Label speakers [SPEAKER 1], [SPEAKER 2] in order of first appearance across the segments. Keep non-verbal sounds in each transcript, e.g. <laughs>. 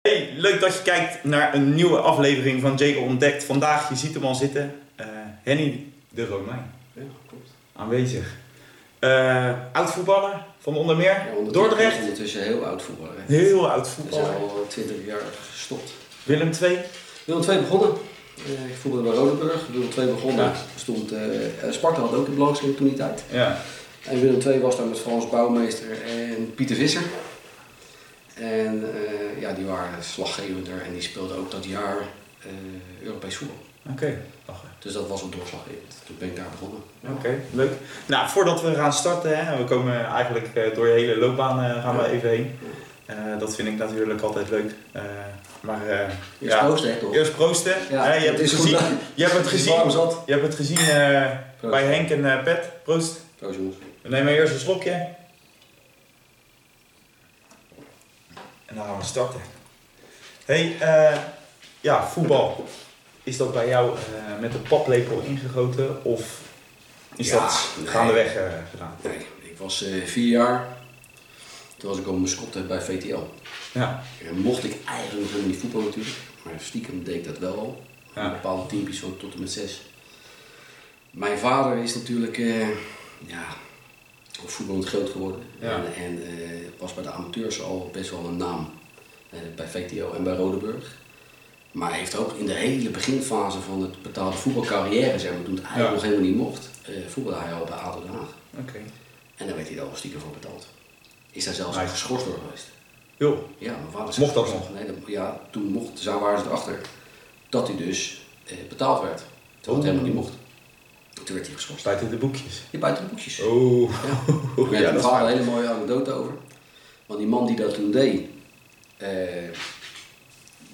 [SPEAKER 1] Hey, leuk dat je kijkt naar een nieuwe aflevering van Jacob Ontdekt. Vandaag, je ziet hem al zitten, eh, Henny de Romein
[SPEAKER 2] Ja, klopt.
[SPEAKER 1] aanwezig. Eh oud voetballer van onder meer
[SPEAKER 2] Ja, ondertussen-
[SPEAKER 1] Dordrecht.
[SPEAKER 2] Ondertussen heel oud voetballer. hè.
[SPEAKER 1] Heel oud
[SPEAKER 2] We zijn
[SPEAKER 1] voetballer.
[SPEAKER 2] al eh, 20 jaar gestopt.
[SPEAKER 1] Willem II.
[SPEAKER 2] Willem 2 begonnen. Eh, Ik voetbalde bij Rodenburg. Willem 2 begonnen.
[SPEAKER 1] Ja.
[SPEAKER 2] Stond, eh, eh, Sparta had ook een belangstelling toen die tijd.
[SPEAKER 1] Ja.
[SPEAKER 2] En Willem 2 was daar met Frans Bouwmeester en Pieter Visser. En eh, ja, die waren slaggevender en die speelden ook dat jaar eh, Europees voetbal.
[SPEAKER 1] Oké.
[SPEAKER 2] Dus dat was een doorslaggevend. Toen ben ik daar begonnen.
[SPEAKER 1] Oké, leuk. Nou, voordat we gaan starten, hè, we komen eigenlijk eh, door je hele loopbaan eh, gaan we
[SPEAKER 2] Ja.
[SPEAKER 1] even heen. Eh, dat vind ik natuurlijk altijd leuk. Eh, maar eh,
[SPEAKER 2] Eerst
[SPEAKER 1] ja.
[SPEAKER 2] proost, hè, toch?
[SPEAKER 1] Eerst proosten.
[SPEAKER 2] Ja,
[SPEAKER 1] Hè, je,
[SPEAKER 2] het
[SPEAKER 1] hebt het
[SPEAKER 2] is
[SPEAKER 1] gezien,
[SPEAKER 2] goed.
[SPEAKER 1] je hebt het
[SPEAKER 2] Het is
[SPEAKER 1] gezien.
[SPEAKER 2] warm zat.
[SPEAKER 1] Je hebt het gezien eh,
[SPEAKER 2] Proost.
[SPEAKER 1] bij Henk en eh, Pet. Proost.
[SPEAKER 2] Proost, jongens.
[SPEAKER 1] We nemen eerst een slokje. En dan gaan we starten. hey, eh, ja, voetbal. Is dat bij jou eh, met een paplepel ingegoten of is
[SPEAKER 2] Ja,
[SPEAKER 1] dat
[SPEAKER 2] nee.
[SPEAKER 1] gaandeweg eh, gedaan?
[SPEAKER 2] Nee, ik was eh, vier jaar. Toen was ik al mijn schotten bij VTL.
[SPEAKER 1] Ja,
[SPEAKER 2] En mocht ik eigenlijk helemaal niet voetballen natuurlijk. Maar stiekem deed ik dat wel al.
[SPEAKER 1] Ja.
[SPEAKER 2] Een bepaalde teampjes zo tot en met zes. Mijn vader is natuurlijk eh ja, op voetballend groot geworden.
[SPEAKER 1] Ja.
[SPEAKER 2] En, en eh, was bij de amateurs al best wel een naam. Eh, bij VTO en bij Rodeburg. Maar hij heeft ook in de hele beginfase van het betaalde voetbalcarrière, zeg maar, toen het eigenlijk
[SPEAKER 1] Ja.
[SPEAKER 2] nog helemaal niet mocht, eh, voetbalde hij al bij ADO Den Haag.
[SPEAKER 1] oké.
[SPEAKER 2] En daar werd hij dan wel stiekem voor betaald. Is daar zelfs
[SPEAKER 1] Nice.
[SPEAKER 2] geschorst door geweest.
[SPEAKER 1] Joh,
[SPEAKER 2] Ja, mijn vader is
[SPEAKER 1] Mocht dat
[SPEAKER 2] geschorst. Nee, dat- ja, toen mocht, zijn waren ze erachter dat hij dus eh, betaald werd. Terwijl
[SPEAKER 1] Oh.
[SPEAKER 2] het helemaal niet mocht. Toen werd hij geschorst.
[SPEAKER 1] staat in de boekjes.
[SPEAKER 2] Je buiten de boekjes. Ja.
[SPEAKER 1] Oh,
[SPEAKER 2] Daar <laughs> heb
[SPEAKER 1] ja, dat is
[SPEAKER 2] ik een
[SPEAKER 1] waar.
[SPEAKER 2] verhaal, een hele mooie anekdote over. Want die man die dat toen deed, eh,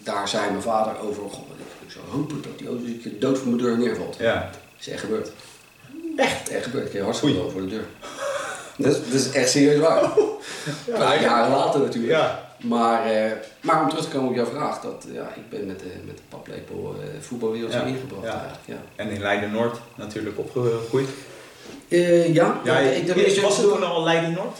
[SPEAKER 2] daar zei mijn vader over, "Goh, ik zou hopen dat die auto een keer dood voor mijn deur neervalt.
[SPEAKER 1] Ja,
[SPEAKER 2] is echt gebeurd. Echt? Echt gebeurd. Ik kreeg hartstikke
[SPEAKER 1] Oei.
[SPEAKER 2] wel voor de deur.
[SPEAKER 1] <laughs>
[SPEAKER 2] Dat is, dat is echt serieus waar. Een paar jaren later natuurlijk.
[SPEAKER 1] Ja.
[SPEAKER 2] Maar, eh, maar om terug te komen op jouw vraag, dat, ja, ik ben met de, met de paplepel eh voetbalwereld
[SPEAKER 1] Ja.
[SPEAKER 2] ingebracht
[SPEAKER 1] Ja.
[SPEAKER 2] eigenlijk. Ja,
[SPEAKER 1] en in Leiden-Noord natuurlijk opgegroeid.
[SPEAKER 2] Eh, ja,
[SPEAKER 1] Ja,
[SPEAKER 2] ik- ik, dat is-
[SPEAKER 1] was het toen al Leiden-Noord?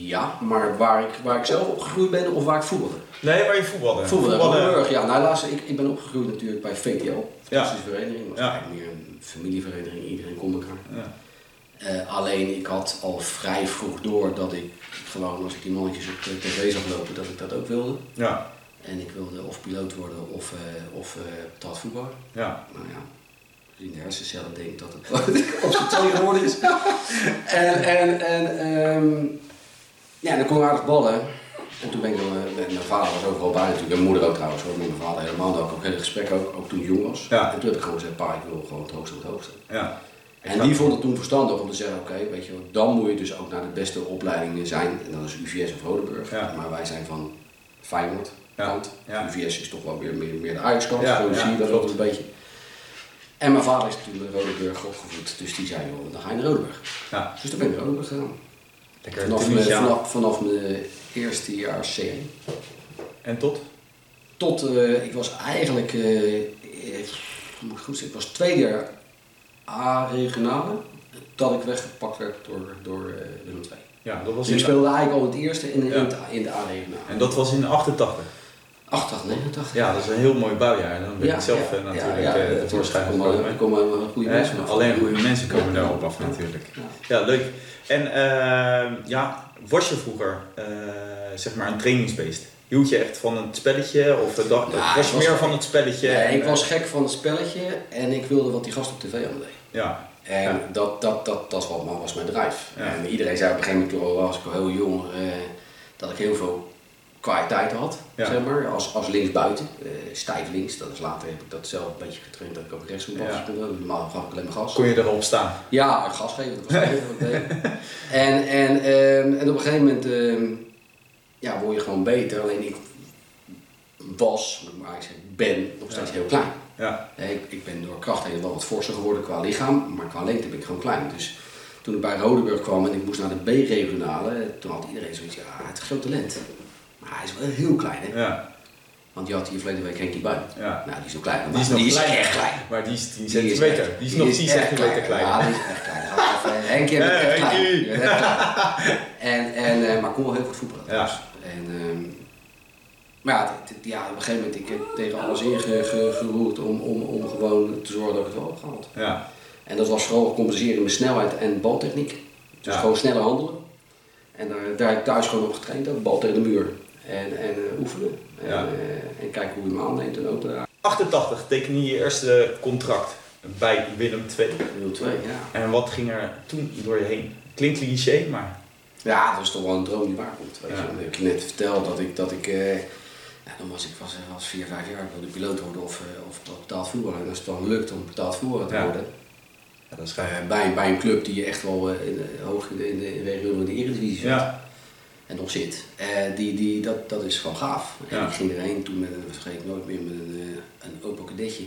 [SPEAKER 2] ja, maar waar ik, waar ik zelf opgegroeid ben of waar ik voetbalde.
[SPEAKER 1] Nee, waar je voetbalde.
[SPEAKER 2] Voetballen, Rodenburg, ja. Nou, laatst, ik, ik ben opgegroeid natuurlijk bij VTL, fantastische vereniging. was
[SPEAKER 1] Ja.
[SPEAKER 2] eigenlijk meer een familievereniging, iedereen kon elkaar.
[SPEAKER 1] Ja.
[SPEAKER 2] Eh, alleen ik had al vrij vroeg door dat ik gewoon als ik die mannetjes op de tv zag lopen, dat ik dat ook wilde.
[SPEAKER 1] ja,
[SPEAKER 2] En ik wilde of piloot worden of, eh of eh, betaald voetballer.
[SPEAKER 1] ja.
[SPEAKER 2] Nou ja, in de hersencellen denk ik dat het <laughs> op zijn twee geworden is. en en, en ehm, ja, dan kon ik aardig ballen. En toen ben ik dan, eh, met mijn vader was overal bij natuurlijk, en mijn moeder ook trouwens, hoor. met mijn vader helemaal, daar had ik ook hele gesprekken, ook, ook toen ik jong was.
[SPEAKER 1] Ja.
[SPEAKER 2] En toen heb ik gewoon gezegd, pa, ik wil gewoon het hoogste van het hoogste.
[SPEAKER 1] ja.
[SPEAKER 2] En die vond het toen verstandig om te zeggen, oké, weet je wel, dan moet je dus ook naar de beste opleidingen zijn. En dat is UVS of Rodenburg.
[SPEAKER 1] Ja.
[SPEAKER 2] Maar wij zijn van Feyenoord
[SPEAKER 1] Ja,
[SPEAKER 2] kant.
[SPEAKER 1] ja.
[SPEAKER 2] UVS is toch wel weer meer, meer de Ajax-kant.
[SPEAKER 1] Ja,
[SPEAKER 2] Zo
[SPEAKER 1] ja,
[SPEAKER 2] zie je dat
[SPEAKER 1] klopt.
[SPEAKER 2] ook een beetje. En mijn vader is toen in Rodenburg opgevoed. Dus die zei, joh, dan ga je naar Rodenburg.
[SPEAKER 1] Ja.
[SPEAKER 2] Dus toen ben ik naar Rodenburg gegaan.
[SPEAKER 1] Lekker
[SPEAKER 2] Vanaf mijn,
[SPEAKER 1] Tunisia.
[SPEAKER 2] vanaf, vanaf mijn eerste jaar C1.
[SPEAKER 1] En tot?
[SPEAKER 2] Tot eh, ik was eigenlijk, eh, eh, moet ik goed zeggen, ik was tweede jaar A-regionale dat ik weggepakt werd door, door eh Willem II.
[SPEAKER 1] Ja, dat was
[SPEAKER 2] Dus ik
[SPEAKER 1] in...
[SPEAKER 2] speelde eigenlijk al het eerste in, in
[SPEAKER 1] Ja.
[SPEAKER 2] het- in de A-regionale.
[SPEAKER 1] En dat was in 88.
[SPEAKER 2] 88, 89.
[SPEAKER 1] Ja, dat is een heel mooi bouwjaar. En dan ben ik zelf eh, natuurlijk
[SPEAKER 2] ja,
[SPEAKER 1] eh,
[SPEAKER 2] ja,
[SPEAKER 1] tevoorschijn
[SPEAKER 2] Er komen-
[SPEAKER 1] gekomen.
[SPEAKER 2] Er komen wel goede
[SPEAKER 1] Hè?
[SPEAKER 2] mensen vanaf.
[SPEAKER 1] Alleen goede mensen komen
[SPEAKER 2] Ja.
[SPEAKER 1] daarop af natuurlijk.
[SPEAKER 2] Ja.
[SPEAKER 1] Ja, leuk. En ehm, ja, was je vroeger eh, zeg maar een trainingsbeest? Hield je echt van het spelletje of de dag?
[SPEAKER 2] Ja,
[SPEAKER 1] was
[SPEAKER 2] ik
[SPEAKER 1] je
[SPEAKER 2] was-
[SPEAKER 1] meer van het spelletje?
[SPEAKER 2] Nee,
[SPEAKER 1] en,
[SPEAKER 2] ik
[SPEAKER 1] eh,
[SPEAKER 2] was gek van het spelletje en ik wilde wat die gast op tv allemaal deed.
[SPEAKER 1] eh, Ja,
[SPEAKER 2] En
[SPEAKER 1] Ja.
[SPEAKER 2] dat, dat, dat, dat was, wat- was mijn drive.
[SPEAKER 1] Ja.
[SPEAKER 2] En iedereen zei op een gegeven moment, toen al was ik al heel jong, eh, dat ik heel veel kwaliteit had,
[SPEAKER 1] Ja.
[SPEAKER 2] zeg maar, als, als linksbuiten. Eh, stijf links, dat is later heb ik dat zelf een beetje getraind dat ik ook rechts moet
[SPEAKER 1] Ja.
[SPEAKER 2] ja. Normaal gaf ik alleen maar gas.
[SPEAKER 1] kon je erop staan?
[SPEAKER 2] Ja, gas geven, dat was het wat ik deed. En, en, ehm, en op een gegeven moment ehm, ja, word je gewoon beter. Alleen ik was, moet ik maar eigenlijk zeggen, ben nog steeds heel klein.
[SPEAKER 1] Ja,
[SPEAKER 2] Nee, ik, ik ben door kracht heen wel wat forser geworden qua lichaam, maar qua lengte ben ik gewoon klein. Dus toen ik bij Rodenburg kwam en ik moest naar de B-regionale, toen had iedereen zoiets, ja, het is een groot talent. Maar hij is wel heel klein, hè?
[SPEAKER 1] ja,
[SPEAKER 2] Want die had hier verleden week Henkie Buin.
[SPEAKER 1] ja.
[SPEAKER 2] Nou, die is nog klein.
[SPEAKER 1] Die is nog klein.
[SPEAKER 2] echt klein.
[SPEAKER 1] Maar die is 10
[SPEAKER 2] Die is
[SPEAKER 1] centimeter.
[SPEAKER 2] echt-
[SPEAKER 1] Die is nog 10
[SPEAKER 2] echt
[SPEAKER 1] centimeter
[SPEAKER 2] Ja,
[SPEAKER 1] kleiner.
[SPEAKER 2] die is echt klein. Ja,
[SPEAKER 1] <laughs>
[SPEAKER 2] Henkie, je bent
[SPEAKER 1] Hey,
[SPEAKER 2] echt klein.
[SPEAKER 1] Henkie.
[SPEAKER 2] Je bent
[SPEAKER 1] <laughs>
[SPEAKER 2] echt klein. dus, En, en, eh, maar ik kon wel heel goed voetballen.
[SPEAKER 1] Ja.
[SPEAKER 2] En, ehm, Maar ja, het- het- ja, op een gegeven moment, ik heb tegen alles ingeroerd om, om, om gewoon te zorgen dat ik het wel opgehaald.
[SPEAKER 1] Ja.
[SPEAKER 2] En dat was vooral compenseren met snelheid en baltechniek. Dus
[SPEAKER 1] Ja.
[SPEAKER 2] gewoon sneller handelen. En daar, daar heb ik thuis gewoon op getraind, ook bal tegen de muur. En, en eh, oefenen. En,
[SPEAKER 1] Ja.
[SPEAKER 2] eh, en kijken hoe je hem aanneemt en ook daar.
[SPEAKER 1] 88 tekende je je eerste contract bij Willem II.
[SPEAKER 2] 0-2, ja.
[SPEAKER 1] En wat ging er toen door je heen? Klinkt cliché, maar...
[SPEAKER 2] Ja, dat is toch wel een droom die waar komt. Weet
[SPEAKER 1] Ja.
[SPEAKER 2] je. Ik heb net verteld dat ik, dat ik eh, ja, dan was ik was, was 4, 5 jaar, ik wilde piloot worden of, eh, of betaald voetballer. En als het dan lukt om betaald voetballer te
[SPEAKER 1] Ja.
[SPEAKER 2] worden, ja, dat is eh, bij, bij een club die echt wel eh, in, de- hoog in de, in de, in de regio in de Eredivisie zat
[SPEAKER 1] Ja.
[SPEAKER 2] en nog zit, eh, die, die, dat, dat is gewoon gaaf. En
[SPEAKER 1] Ja.
[SPEAKER 2] ik ging erheen toen met, een- vergeet ik nooit meer, met een, eh, een Opel Kadetje.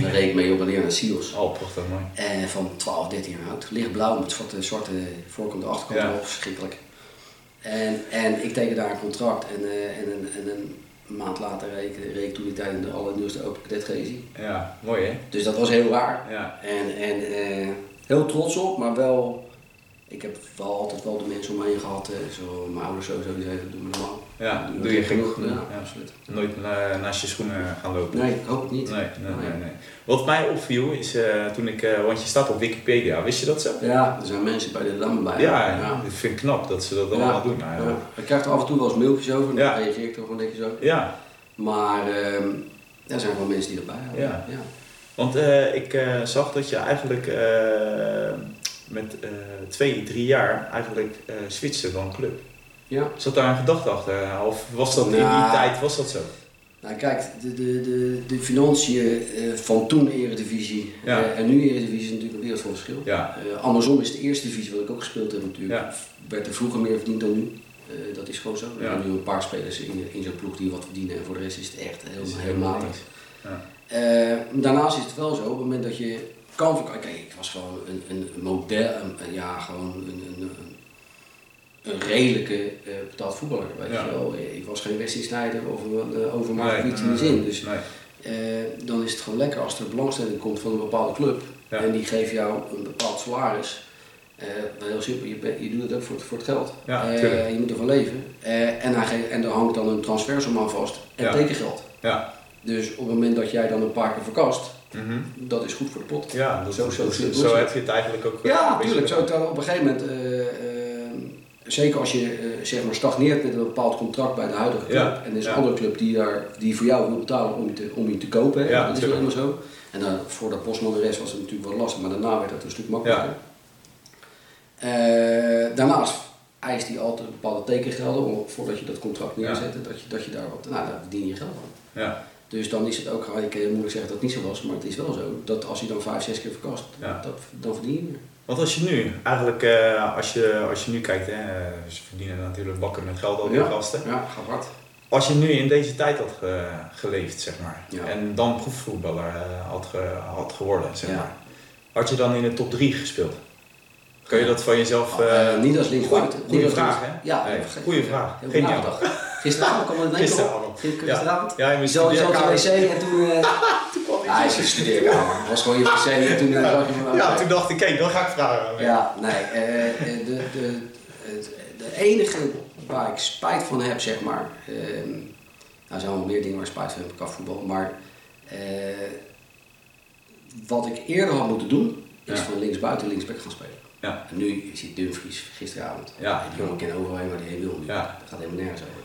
[SPEAKER 2] Daar reed ik mee op en neer naar Sios.
[SPEAKER 1] Al Oh, prachtig mooi.
[SPEAKER 2] Eh, van 12, 13 jaar oud. Lichtblauw met zwarte, zwarte voorkant en achterkant
[SPEAKER 1] Ja.
[SPEAKER 2] erop, verschrikkelijk. En, en ik teken daar een contract en, eh, en, een, en een maand later reed ik, reed ik toen die tijd in de allernieuwste Open Cadet Gezi.
[SPEAKER 1] Ja, mooi hè?
[SPEAKER 2] Dus dat was heel raar.
[SPEAKER 1] Ja.
[SPEAKER 2] En, en eh, heel trots op, maar wel... Ik heb wel altijd wel de mensen om me heen gehad, eh, zo mijn ouders sowieso, die zeiden, doe me normaal.
[SPEAKER 1] Ja,
[SPEAKER 2] Doe
[SPEAKER 1] doe
[SPEAKER 2] het
[SPEAKER 1] je genoeg.
[SPEAKER 2] genoeg, ja,
[SPEAKER 1] Ja.
[SPEAKER 2] absoluut.
[SPEAKER 1] Nooit na- naast je schoenen gaan lopen.
[SPEAKER 2] Nee, ik hoop het niet.
[SPEAKER 1] Nee, nee,
[SPEAKER 2] Nee.
[SPEAKER 1] nee. nee. Wat mij opviel is eh, toen ik, eh, want je staat op Wikipedia, wist je dat zo?
[SPEAKER 2] Ja, er zijn mensen bij de lammen bij.
[SPEAKER 1] Ja, ik vind het knap dat ze dat allemaal doen eigenlijk.
[SPEAKER 2] ja. Ik krijg er af en toe wel eens mailtjes over, en dan
[SPEAKER 1] Ja.
[SPEAKER 2] reageer ik er gewoon netjes over.
[SPEAKER 1] Ja,
[SPEAKER 2] Maar ehm, er zijn wel mensen die erbij houden.
[SPEAKER 1] Ja. want eh, ik eh, zag dat je eigenlijk eh, met eh, twee, drie jaar eigenlijk eh switchte van club.
[SPEAKER 2] Ja.
[SPEAKER 1] Zat daar een gedachte achter? Of was dat in die
[SPEAKER 2] Nou.
[SPEAKER 1] tijd, was dat zo?
[SPEAKER 2] Nou kijk, de, de, de, de financiën eh, van toen Eredivisie
[SPEAKER 1] Ja.
[SPEAKER 2] eh, en nu Eredivisie is natuurlijk een wereld van verschil.
[SPEAKER 1] Ja,
[SPEAKER 2] Eh, andersom is de eerste divisie, wat ik ook gespeeld heb natuurlijk,
[SPEAKER 1] Ja.
[SPEAKER 2] werd er vroeger meer verdiend dan nu. Eh, dat is gewoon zo.
[SPEAKER 1] Ja.
[SPEAKER 2] Er zijn nu een paar spelers in, in zo'n ploeg die wat verdienen en voor de rest is het echt
[SPEAKER 1] dat is
[SPEAKER 2] heel, heel
[SPEAKER 1] helemaal
[SPEAKER 2] matig.
[SPEAKER 1] niks.
[SPEAKER 2] Eh, daarnaast is het wel zo, op het moment dat je kan verkopen. Kijk, ik was gewoon een, een een model, een, een- ja, gewoon een, een, een, een redelijke eh, betaald voetballer. Weet
[SPEAKER 1] Ja.
[SPEAKER 2] je wel. Eh, Ik was geen Wesley Sneijder of een eh, overmaat
[SPEAKER 1] Nee,
[SPEAKER 2] of iets
[SPEAKER 1] nee,
[SPEAKER 2] in die
[SPEAKER 1] nee,
[SPEAKER 2] zin. Dus
[SPEAKER 1] nee.
[SPEAKER 2] eh, dan is het gewoon lekker als er belangstelling komt van een bepaalde club.
[SPEAKER 1] Ja.
[SPEAKER 2] En die geeft jou een bepaald salaris. Eh, maar heel simpel, je, bent- je doet het ook voor, het- voor het geld.
[SPEAKER 1] Ja,
[SPEAKER 2] Eh,
[SPEAKER 1] tuurlijk.
[SPEAKER 2] je moet ervan leven. Eh, en, hij geeft, en er hangt dan een transfersom aan vast en
[SPEAKER 1] Ja.
[SPEAKER 2] tekengeld.
[SPEAKER 1] Ja.
[SPEAKER 2] Dus op het moment dat jij dan een paar keer verkast,
[SPEAKER 1] Mhm.
[SPEAKER 2] dat is goed voor de pot.
[SPEAKER 1] Ja, dat,
[SPEAKER 2] Zo-
[SPEAKER 1] zo,
[SPEAKER 2] zo
[SPEAKER 1] zo,
[SPEAKER 2] simpel is
[SPEAKER 1] zo
[SPEAKER 2] het.
[SPEAKER 1] heb je het eigenlijk ook. eh,
[SPEAKER 2] Ja,
[SPEAKER 1] een beetje
[SPEAKER 2] natuurlijk. Zo,
[SPEAKER 1] gedaan.
[SPEAKER 2] terwijl op een gegeven moment, eh, eh, zeker als je eh, zeg maar stagneert met een bepaald contract bij de huidige club.
[SPEAKER 1] Ja,
[SPEAKER 2] En er is
[SPEAKER 1] ja.
[SPEAKER 2] een andere club die, daar, die voor jou wil betalen om je te, om je te kopen. hè.
[SPEAKER 1] Ja,
[SPEAKER 2] dat is wel
[SPEAKER 1] natuurlijk.
[SPEAKER 2] helemaal zo. En dan, voor dat Bosman de rest was het natuurlijk wel lastig, maar daarna werd dat een stuk makkelijker. Eh, daarnaast eist hij altijd bepaalde tekengelden om, voordat je dat contract neerzet. Dat, je, dat je daar wat, nou, daar verdien je geld aan.
[SPEAKER 1] Ja,
[SPEAKER 2] Dus dan is het ook, ik eh, moeilijk zeggen dat het niet zo was, maar het is wel zo. Dat als hij dan vijf, zes keer verkast,
[SPEAKER 1] Ja.
[SPEAKER 2] dat, dan verdien je meer.
[SPEAKER 1] want als je nu, eigenlijk, eh, als, je, als je nu kijkt, hè, eh, ze verdienen natuurlijk bakken met geld al die gasten.
[SPEAKER 2] Ja, gaat hard.
[SPEAKER 1] Als je nu in deze tijd had ge- geleefd, zeg maar,
[SPEAKER 2] Ja.
[SPEAKER 1] en dan proefvoetballer eh, had, ge- had geworden, zeg
[SPEAKER 2] Ja.
[SPEAKER 1] maar, had je dan in de top 3 gespeeld? Kun je dat van jezelf. eh,
[SPEAKER 2] Eh, niet als linksbuiten.
[SPEAKER 1] goeie- goeie
[SPEAKER 2] Niet als
[SPEAKER 1] vraag,
[SPEAKER 2] links-
[SPEAKER 1] hè?
[SPEAKER 2] Ja,
[SPEAKER 1] Nee,
[SPEAKER 2] vergeet-
[SPEAKER 1] goeie vraag.
[SPEAKER 2] Heel
[SPEAKER 1] Geniaal.
[SPEAKER 2] nagedacht. Gisteravond kwam het in één keer op.
[SPEAKER 1] Gisteravond.
[SPEAKER 2] Gisteravond.
[SPEAKER 1] Ja, in
[SPEAKER 2] Je
[SPEAKER 1] mijn
[SPEAKER 2] zat je zat op de
[SPEAKER 1] studeerkamer.
[SPEAKER 2] wc en toen... eh,
[SPEAKER 1] Toen kwam
[SPEAKER 2] Ja, hij
[SPEAKER 1] iets
[SPEAKER 2] is in de studeerkamer. Het was gewoon je wc en toen... eh, dacht je van,
[SPEAKER 1] Ja,
[SPEAKER 2] oké.
[SPEAKER 1] toen dacht ik, kijk, dan ga ik vragen. aan hem.
[SPEAKER 2] Ja, nee. eh, eh, de, de, het- de enige waar ik spijt van heb, zeg maar. ehm, nou, er zijn wel meer dingen waar ik spijt van heb qua voetbal. Maar eh, wat ik eerder had moeten doen, is
[SPEAKER 1] Ja.
[SPEAKER 2] van linksbuiten linksback gaan spelen.
[SPEAKER 1] Ja.
[SPEAKER 2] En nu zit Dumfries gisteravond.
[SPEAKER 1] Ja.
[SPEAKER 2] Die jongen kan overheen, maar die heeft wil niet.
[SPEAKER 1] Ja.
[SPEAKER 2] Dat gaat helemaal nergens over.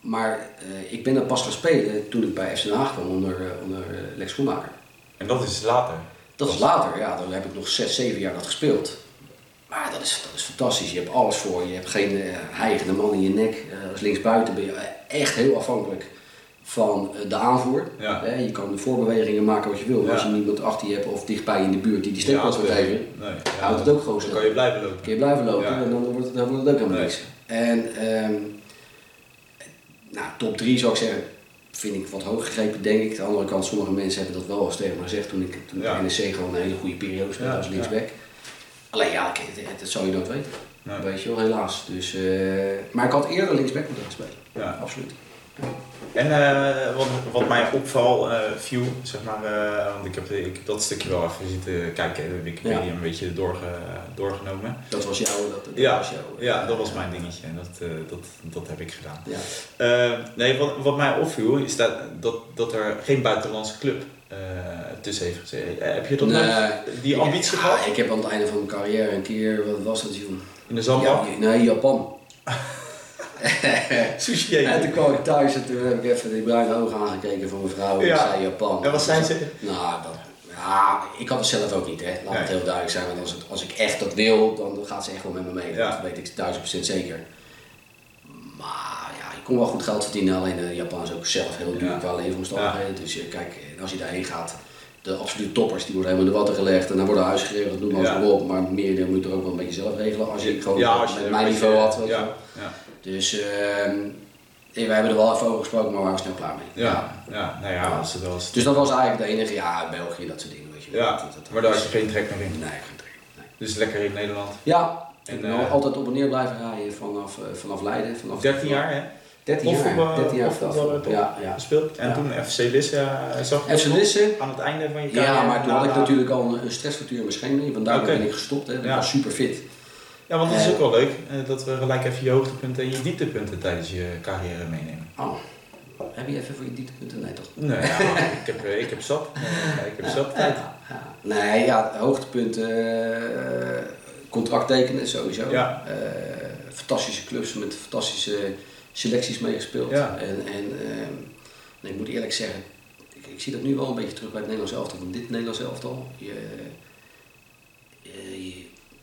[SPEAKER 2] Maar eh, ik ben dat pas gaan spelen toen ik bij FC Den Haag kwam onder, eh, onder eh, Lex Schoenmaker.
[SPEAKER 1] En dat is later.
[SPEAKER 2] Dat is later, ja, dan heb ik nog 6, 7 jaar dat gespeeld. Maar dat is, dat is fantastisch, je hebt alles voor. Je hebt geen eh heigende man in je nek. Eh, als linksbuiten ben je echt heel afhankelijk van eh, de aanvoer.
[SPEAKER 1] Ja.
[SPEAKER 2] Eh, je kan de voorbewegingen maken wat je wil. Maar
[SPEAKER 1] Ja.
[SPEAKER 2] Als je niemand achter je hebt of dichtbij in de buurt die die steekpas wil
[SPEAKER 1] Ja,
[SPEAKER 2] geven,
[SPEAKER 1] Nee, ja,
[SPEAKER 2] houdt het ook gewoon
[SPEAKER 1] dan
[SPEAKER 2] snel.
[SPEAKER 1] kan je blijven lopen.
[SPEAKER 2] Kun je blijven lopen
[SPEAKER 1] Ja.
[SPEAKER 2] en dan wordt, het, dan wordt het ook helemaal
[SPEAKER 1] Nee.
[SPEAKER 2] niks. En ehm, nou, top 3 zou ik zeggen, vind ik wat hoog gegrepen, denk ik. Aan de andere kant, sommige mensen hebben dat wel eens tegen me gezegd toen ik toen ik
[SPEAKER 1] Ja.
[SPEAKER 2] bij NEC gewoon een hele goede periode speelde
[SPEAKER 1] Ja,
[SPEAKER 2] als linksback. Alleen ja, ik- het- dat zou je nooit weten.
[SPEAKER 1] Nee.
[SPEAKER 2] Weet je wel, helaas. Dus, eh, maar ik had eerder linksback moeten gaan spelen.
[SPEAKER 1] Ja.
[SPEAKER 2] Absoluut.
[SPEAKER 1] En eh, wat, wat mij opval, eh, viel, zeg maar, eh, want ik heb, ik heb dat stukje wel even zitten kijken, eh, Wikipedia
[SPEAKER 2] Ja.
[SPEAKER 1] een beetje doorge, doorgenomen.
[SPEAKER 2] Dat was jouw, dat, dat
[SPEAKER 1] Ja,
[SPEAKER 2] was jouw.
[SPEAKER 1] Ja, dat was mijn dingetje en dat, eh, dat, dat heb ik gedaan.
[SPEAKER 2] Ja.
[SPEAKER 1] Eh, nee, wat, wat mij opviel is dat, dat, dat er geen buitenlandse club eh, tussen heeft gezeten. Eh, heb je dat nog,
[SPEAKER 2] Nee.
[SPEAKER 1] die ambitie
[SPEAKER 2] Ja,
[SPEAKER 1] gehad?
[SPEAKER 2] Ah, Ik heb aan het einde van mijn carrière een keer, wat was dat joh?
[SPEAKER 1] In de zandbak?
[SPEAKER 2] Ja, nee, Japan.
[SPEAKER 1] Sushi
[SPEAKER 2] en
[SPEAKER 1] eten.
[SPEAKER 2] toen kwam ik thuis en toen heb ik even die bruine ogen aangekeken van mijn vrouw en
[SPEAKER 1] Ja.
[SPEAKER 2] ik zei Japan.
[SPEAKER 1] En wat zei ze?
[SPEAKER 2] Nou, dat, ja, ik kan het zelf ook niet, hè. laat
[SPEAKER 1] Nee.
[SPEAKER 2] het heel duidelijk zijn. Want als, het, als ik echt dat wil, dan gaat ze echt wel met me mee.
[SPEAKER 1] Ja.
[SPEAKER 2] Dat weet ik duizend procent zeker. Maar ja, ik kon wel goed geld verdienen, alleen eh, Japan is ook zelf heel duur
[SPEAKER 1] Ja.
[SPEAKER 2] qua leefomstandigheden. Dus eh, kijk, en als je daarheen gaat, de absolute toppers die worden helemaal in de watten gelegd en dan worden huisgegeven, dat doet maar
[SPEAKER 1] Ja.
[SPEAKER 2] zo op. Maar meer dan moet je er ook wel een beetje zelf regelen als je gewoon
[SPEAKER 1] Ja, als je
[SPEAKER 2] met
[SPEAKER 1] een
[SPEAKER 2] mijn
[SPEAKER 1] beetje-
[SPEAKER 2] niveau had. weet je
[SPEAKER 1] Ja,
[SPEAKER 2] wel.
[SPEAKER 1] ja.
[SPEAKER 2] Dus ehm, eh, wij hebben er wel even over gesproken, maar we waren snel klaar mee.
[SPEAKER 1] Ja, ja, nou ja, als het wel eens-
[SPEAKER 2] Dus dat was eigenlijk de enige, ja, België, dat soort dingen. Weet je, wel.
[SPEAKER 1] Ja,
[SPEAKER 2] dat, dat-
[SPEAKER 1] maar daar had je geen trek meer in.
[SPEAKER 2] Nee, geen trek. Nee.
[SPEAKER 1] Dus lekker in Nederland.
[SPEAKER 2] Ja,
[SPEAKER 1] En,
[SPEAKER 2] en
[SPEAKER 1] eh,
[SPEAKER 2] altijd op en neer blijven rijden vanaf, eh, vanaf Leiden. Vanaf
[SPEAKER 1] 13 jaar, hè?
[SPEAKER 2] 13
[SPEAKER 1] Of
[SPEAKER 2] jaar.
[SPEAKER 1] voetbal-
[SPEAKER 2] 13 jaar
[SPEAKER 1] of
[SPEAKER 2] vanaf.
[SPEAKER 1] voetballer, toch?
[SPEAKER 2] Ja, ja.
[SPEAKER 1] Gespeeld. En
[SPEAKER 2] Ja.
[SPEAKER 1] toen FC Lisse eh, zag je
[SPEAKER 2] FC Lisse.
[SPEAKER 1] aan het einde van je carrière.
[SPEAKER 2] Ja, maar toen had ik
[SPEAKER 1] nada.
[SPEAKER 2] natuurlijk al een, een stressfactuur in mijn schenen. Vandaar
[SPEAKER 1] Oké.
[SPEAKER 2] ben ik gestopt. Hè. want Ik
[SPEAKER 1] Ja.
[SPEAKER 2] was super fit.
[SPEAKER 1] Ja, want dat is
[SPEAKER 2] Eh.
[SPEAKER 1] ook wel leuk. eh, dat we gelijk even je hoogtepunten en je dieptepunten tijdens je carrière meenemen.
[SPEAKER 2] Oh, heb je even voor je dieptepunten? Nee, toch?
[SPEAKER 1] Nou ja, ik heb, eh, ik heb zat. Eh, ik heb zat tijd.
[SPEAKER 2] Ja, ja. Nee, ja, hoogtepunten. eh, contract tekenen sowieso.
[SPEAKER 1] Ja.
[SPEAKER 2] Eh, fantastische clubs met fantastische selecties meegespeeld.
[SPEAKER 1] Ja.
[SPEAKER 2] En, en ehm, en ik moet eerlijk zeggen, ik, ik zie dat nu wel een beetje terug bij het Nederlands elftal. Van dit Nederlands elftal. Je, eh, je,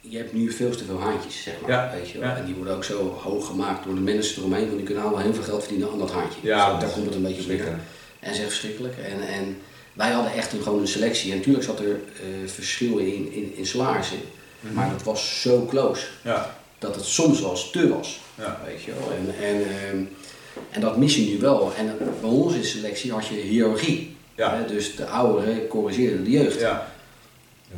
[SPEAKER 2] je hebt nu veel te veel haantjes, zeg maar.
[SPEAKER 1] Ja,
[SPEAKER 2] Weet je wel.
[SPEAKER 1] ja.
[SPEAKER 2] En die worden ook zo hoog gemaakt door de mensen eromheen. Want die kunnen allemaal heel veel geld verdienen aan dat haantje.
[SPEAKER 1] Ja,
[SPEAKER 2] Zo,
[SPEAKER 1] dat
[SPEAKER 2] daar
[SPEAKER 1] is
[SPEAKER 2] komt het een beetje op neer.
[SPEAKER 1] zeker.
[SPEAKER 2] En zeg verschrikkelijk. En, en wij hadden echt een, gewoon een selectie. En natuurlijk zat er eh, verschil in, in, in salarissen.
[SPEAKER 1] Mhm.
[SPEAKER 2] Maar dat was zo close
[SPEAKER 1] Ja,
[SPEAKER 2] dat het soms was te was.
[SPEAKER 1] Ja.
[SPEAKER 2] Weet je wel. En, en, ehm, en dat mis je nu wel. En bij ons in selectie had je hiërarchie.
[SPEAKER 1] Ja.
[SPEAKER 2] Hè, dus de ouderen corrigeerden de jeugd.
[SPEAKER 1] ja.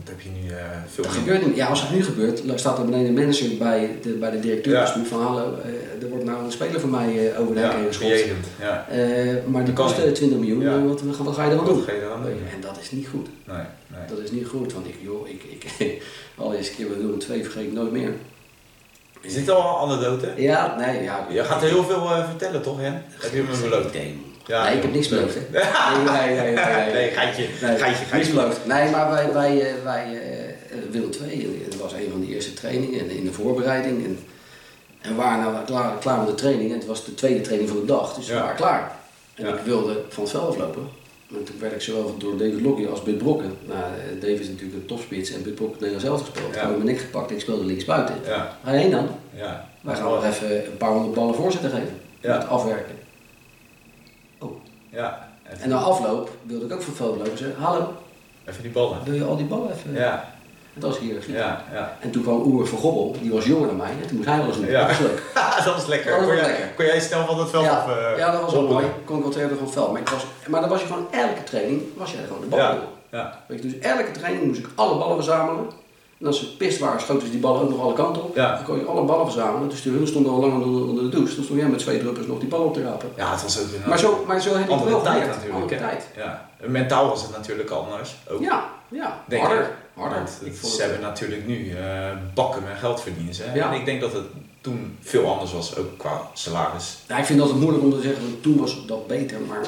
[SPEAKER 1] Dat heb je nu eh, veel
[SPEAKER 2] Dat
[SPEAKER 1] meer.
[SPEAKER 2] gebeurt niet. Ja, als het nu gebeurt, dan staat er beneden een manager bij de, bij de directeur.
[SPEAKER 1] Ja.
[SPEAKER 2] Dus moet van hallo, eh, er wordt nou een speler van mij eh, over de hek heen
[SPEAKER 1] Ja,
[SPEAKER 2] geschopt.
[SPEAKER 1] gejegend. Ja.
[SPEAKER 2] Eh, maar die
[SPEAKER 1] Kan
[SPEAKER 2] kost
[SPEAKER 1] niet.
[SPEAKER 2] eh, 20 miljoen,
[SPEAKER 1] Ja.
[SPEAKER 2] eh, wat, wat ga je dan
[SPEAKER 1] Wat
[SPEAKER 2] doen?
[SPEAKER 1] ga je dan doen?
[SPEAKER 2] En dat is niet goed.
[SPEAKER 1] Nee, nee.
[SPEAKER 2] Dat is niet goed, want ik, joh, ik, ik, <laughs> allereerste keer bij Willem 2 vergeet ik nooit meer.
[SPEAKER 1] Is dit al een anekdote?
[SPEAKER 2] Ja, nee, ja.
[SPEAKER 1] Je gaat er heel veel eh, vertellen, toch, Hen? Heb je me beloofd?
[SPEAKER 2] Nee,
[SPEAKER 1] Ja,
[SPEAKER 2] nee, ik heb niks
[SPEAKER 1] leuk. <laughs>
[SPEAKER 2] beloofd, hè. Nee, nee, nee, nee.
[SPEAKER 1] Nee, geitje,
[SPEAKER 2] Nee,
[SPEAKER 1] geitje,
[SPEAKER 2] niks
[SPEAKER 1] geitje.
[SPEAKER 2] beloofd. Nee, maar wij, wij, eh, wij eh, Willem 2, dat was een van de eerste trainingen en in de voorbereiding. En, en we waren nou klaar, klaar met de training en het was de tweede training van de dag, dus we
[SPEAKER 1] Ja.
[SPEAKER 2] waren klaar. En
[SPEAKER 1] Ja.
[SPEAKER 2] ik wilde van het veld aflopen. En toen werd ik zowel door David Lokkie als Bud Brokken. Nou, eh, David is natuurlijk een topspits en Bud Brokken heeft Nederlands zelf gespeeld.
[SPEAKER 1] Ja.
[SPEAKER 2] Toen ben ik gepakt en ik speelde linksbuiten.
[SPEAKER 1] Ja,
[SPEAKER 2] Ga je heen dan?
[SPEAKER 1] ja.
[SPEAKER 2] Wij gaan nog even een paar honderd ballen voorzetten geven.
[SPEAKER 1] Ja.
[SPEAKER 2] Met afwerken. Oh.
[SPEAKER 1] Ja.
[SPEAKER 2] En na afloop wilde ik ook voor veld lopen en zeggen, hallo,
[SPEAKER 1] Even die ballen.
[SPEAKER 2] wil je al die ballen even?
[SPEAKER 1] Ja,
[SPEAKER 2] En Dat is hier.
[SPEAKER 1] ja, ja. <laughs>
[SPEAKER 2] En toen kwam Oer van Gobbel, die was jonger dan mij, en toen moest hij wel eens doen.
[SPEAKER 1] Ja.
[SPEAKER 2] Dat was leuk.
[SPEAKER 1] dat was lekker.
[SPEAKER 2] Dat was
[SPEAKER 1] kon, jij,
[SPEAKER 2] lekker.
[SPEAKER 1] kon jij snel van het veld af?
[SPEAKER 2] Ja,
[SPEAKER 1] eh,
[SPEAKER 2] ja, dat was wel
[SPEAKER 1] hobbelen?
[SPEAKER 2] mooi. Kon ik wel twee uur van het veld. Maar, ik was, maar dan was je gewoon elke training, was jij gewoon de bal.
[SPEAKER 1] Ja, ja,
[SPEAKER 2] Weet je, dus elke training moest ik alle ballen verzamelen. En als ze pist waren, schoten ze die ballen ook nog alle kanten op.
[SPEAKER 1] Ja.
[SPEAKER 2] Dan kon je alle ballen verzamelen. Dus de hun stonden al lang onder, onder de douche. Dan stond jij met twee druppels nog die ballen op te rapen.
[SPEAKER 1] ja, het was ook een
[SPEAKER 2] Maar zo, maar zo heb ik het
[SPEAKER 1] andere
[SPEAKER 2] wel
[SPEAKER 1] tijd
[SPEAKER 2] geleerd.
[SPEAKER 1] natuurlijk.
[SPEAKER 2] Andere
[SPEAKER 1] hè.
[SPEAKER 2] tijd.
[SPEAKER 1] Ja. En Mentaal was het natuurlijk anders. Ook.
[SPEAKER 2] Ja, ja.
[SPEAKER 1] Denk
[SPEAKER 2] harder.
[SPEAKER 1] ik.
[SPEAKER 2] Harder.
[SPEAKER 1] Want
[SPEAKER 2] Ik vond
[SPEAKER 1] ze
[SPEAKER 2] het-
[SPEAKER 1] hebben natuurlijk nu eh, bakken met geld verdienen. Hè?
[SPEAKER 2] Ja.
[SPEAKER 1] En ik denk dat het toen veel anders was, ook qua salaris.
[SPEAKER 2] Ja, ik vind dat het moeilijk om te zeggen, want toen was dat beter. Maar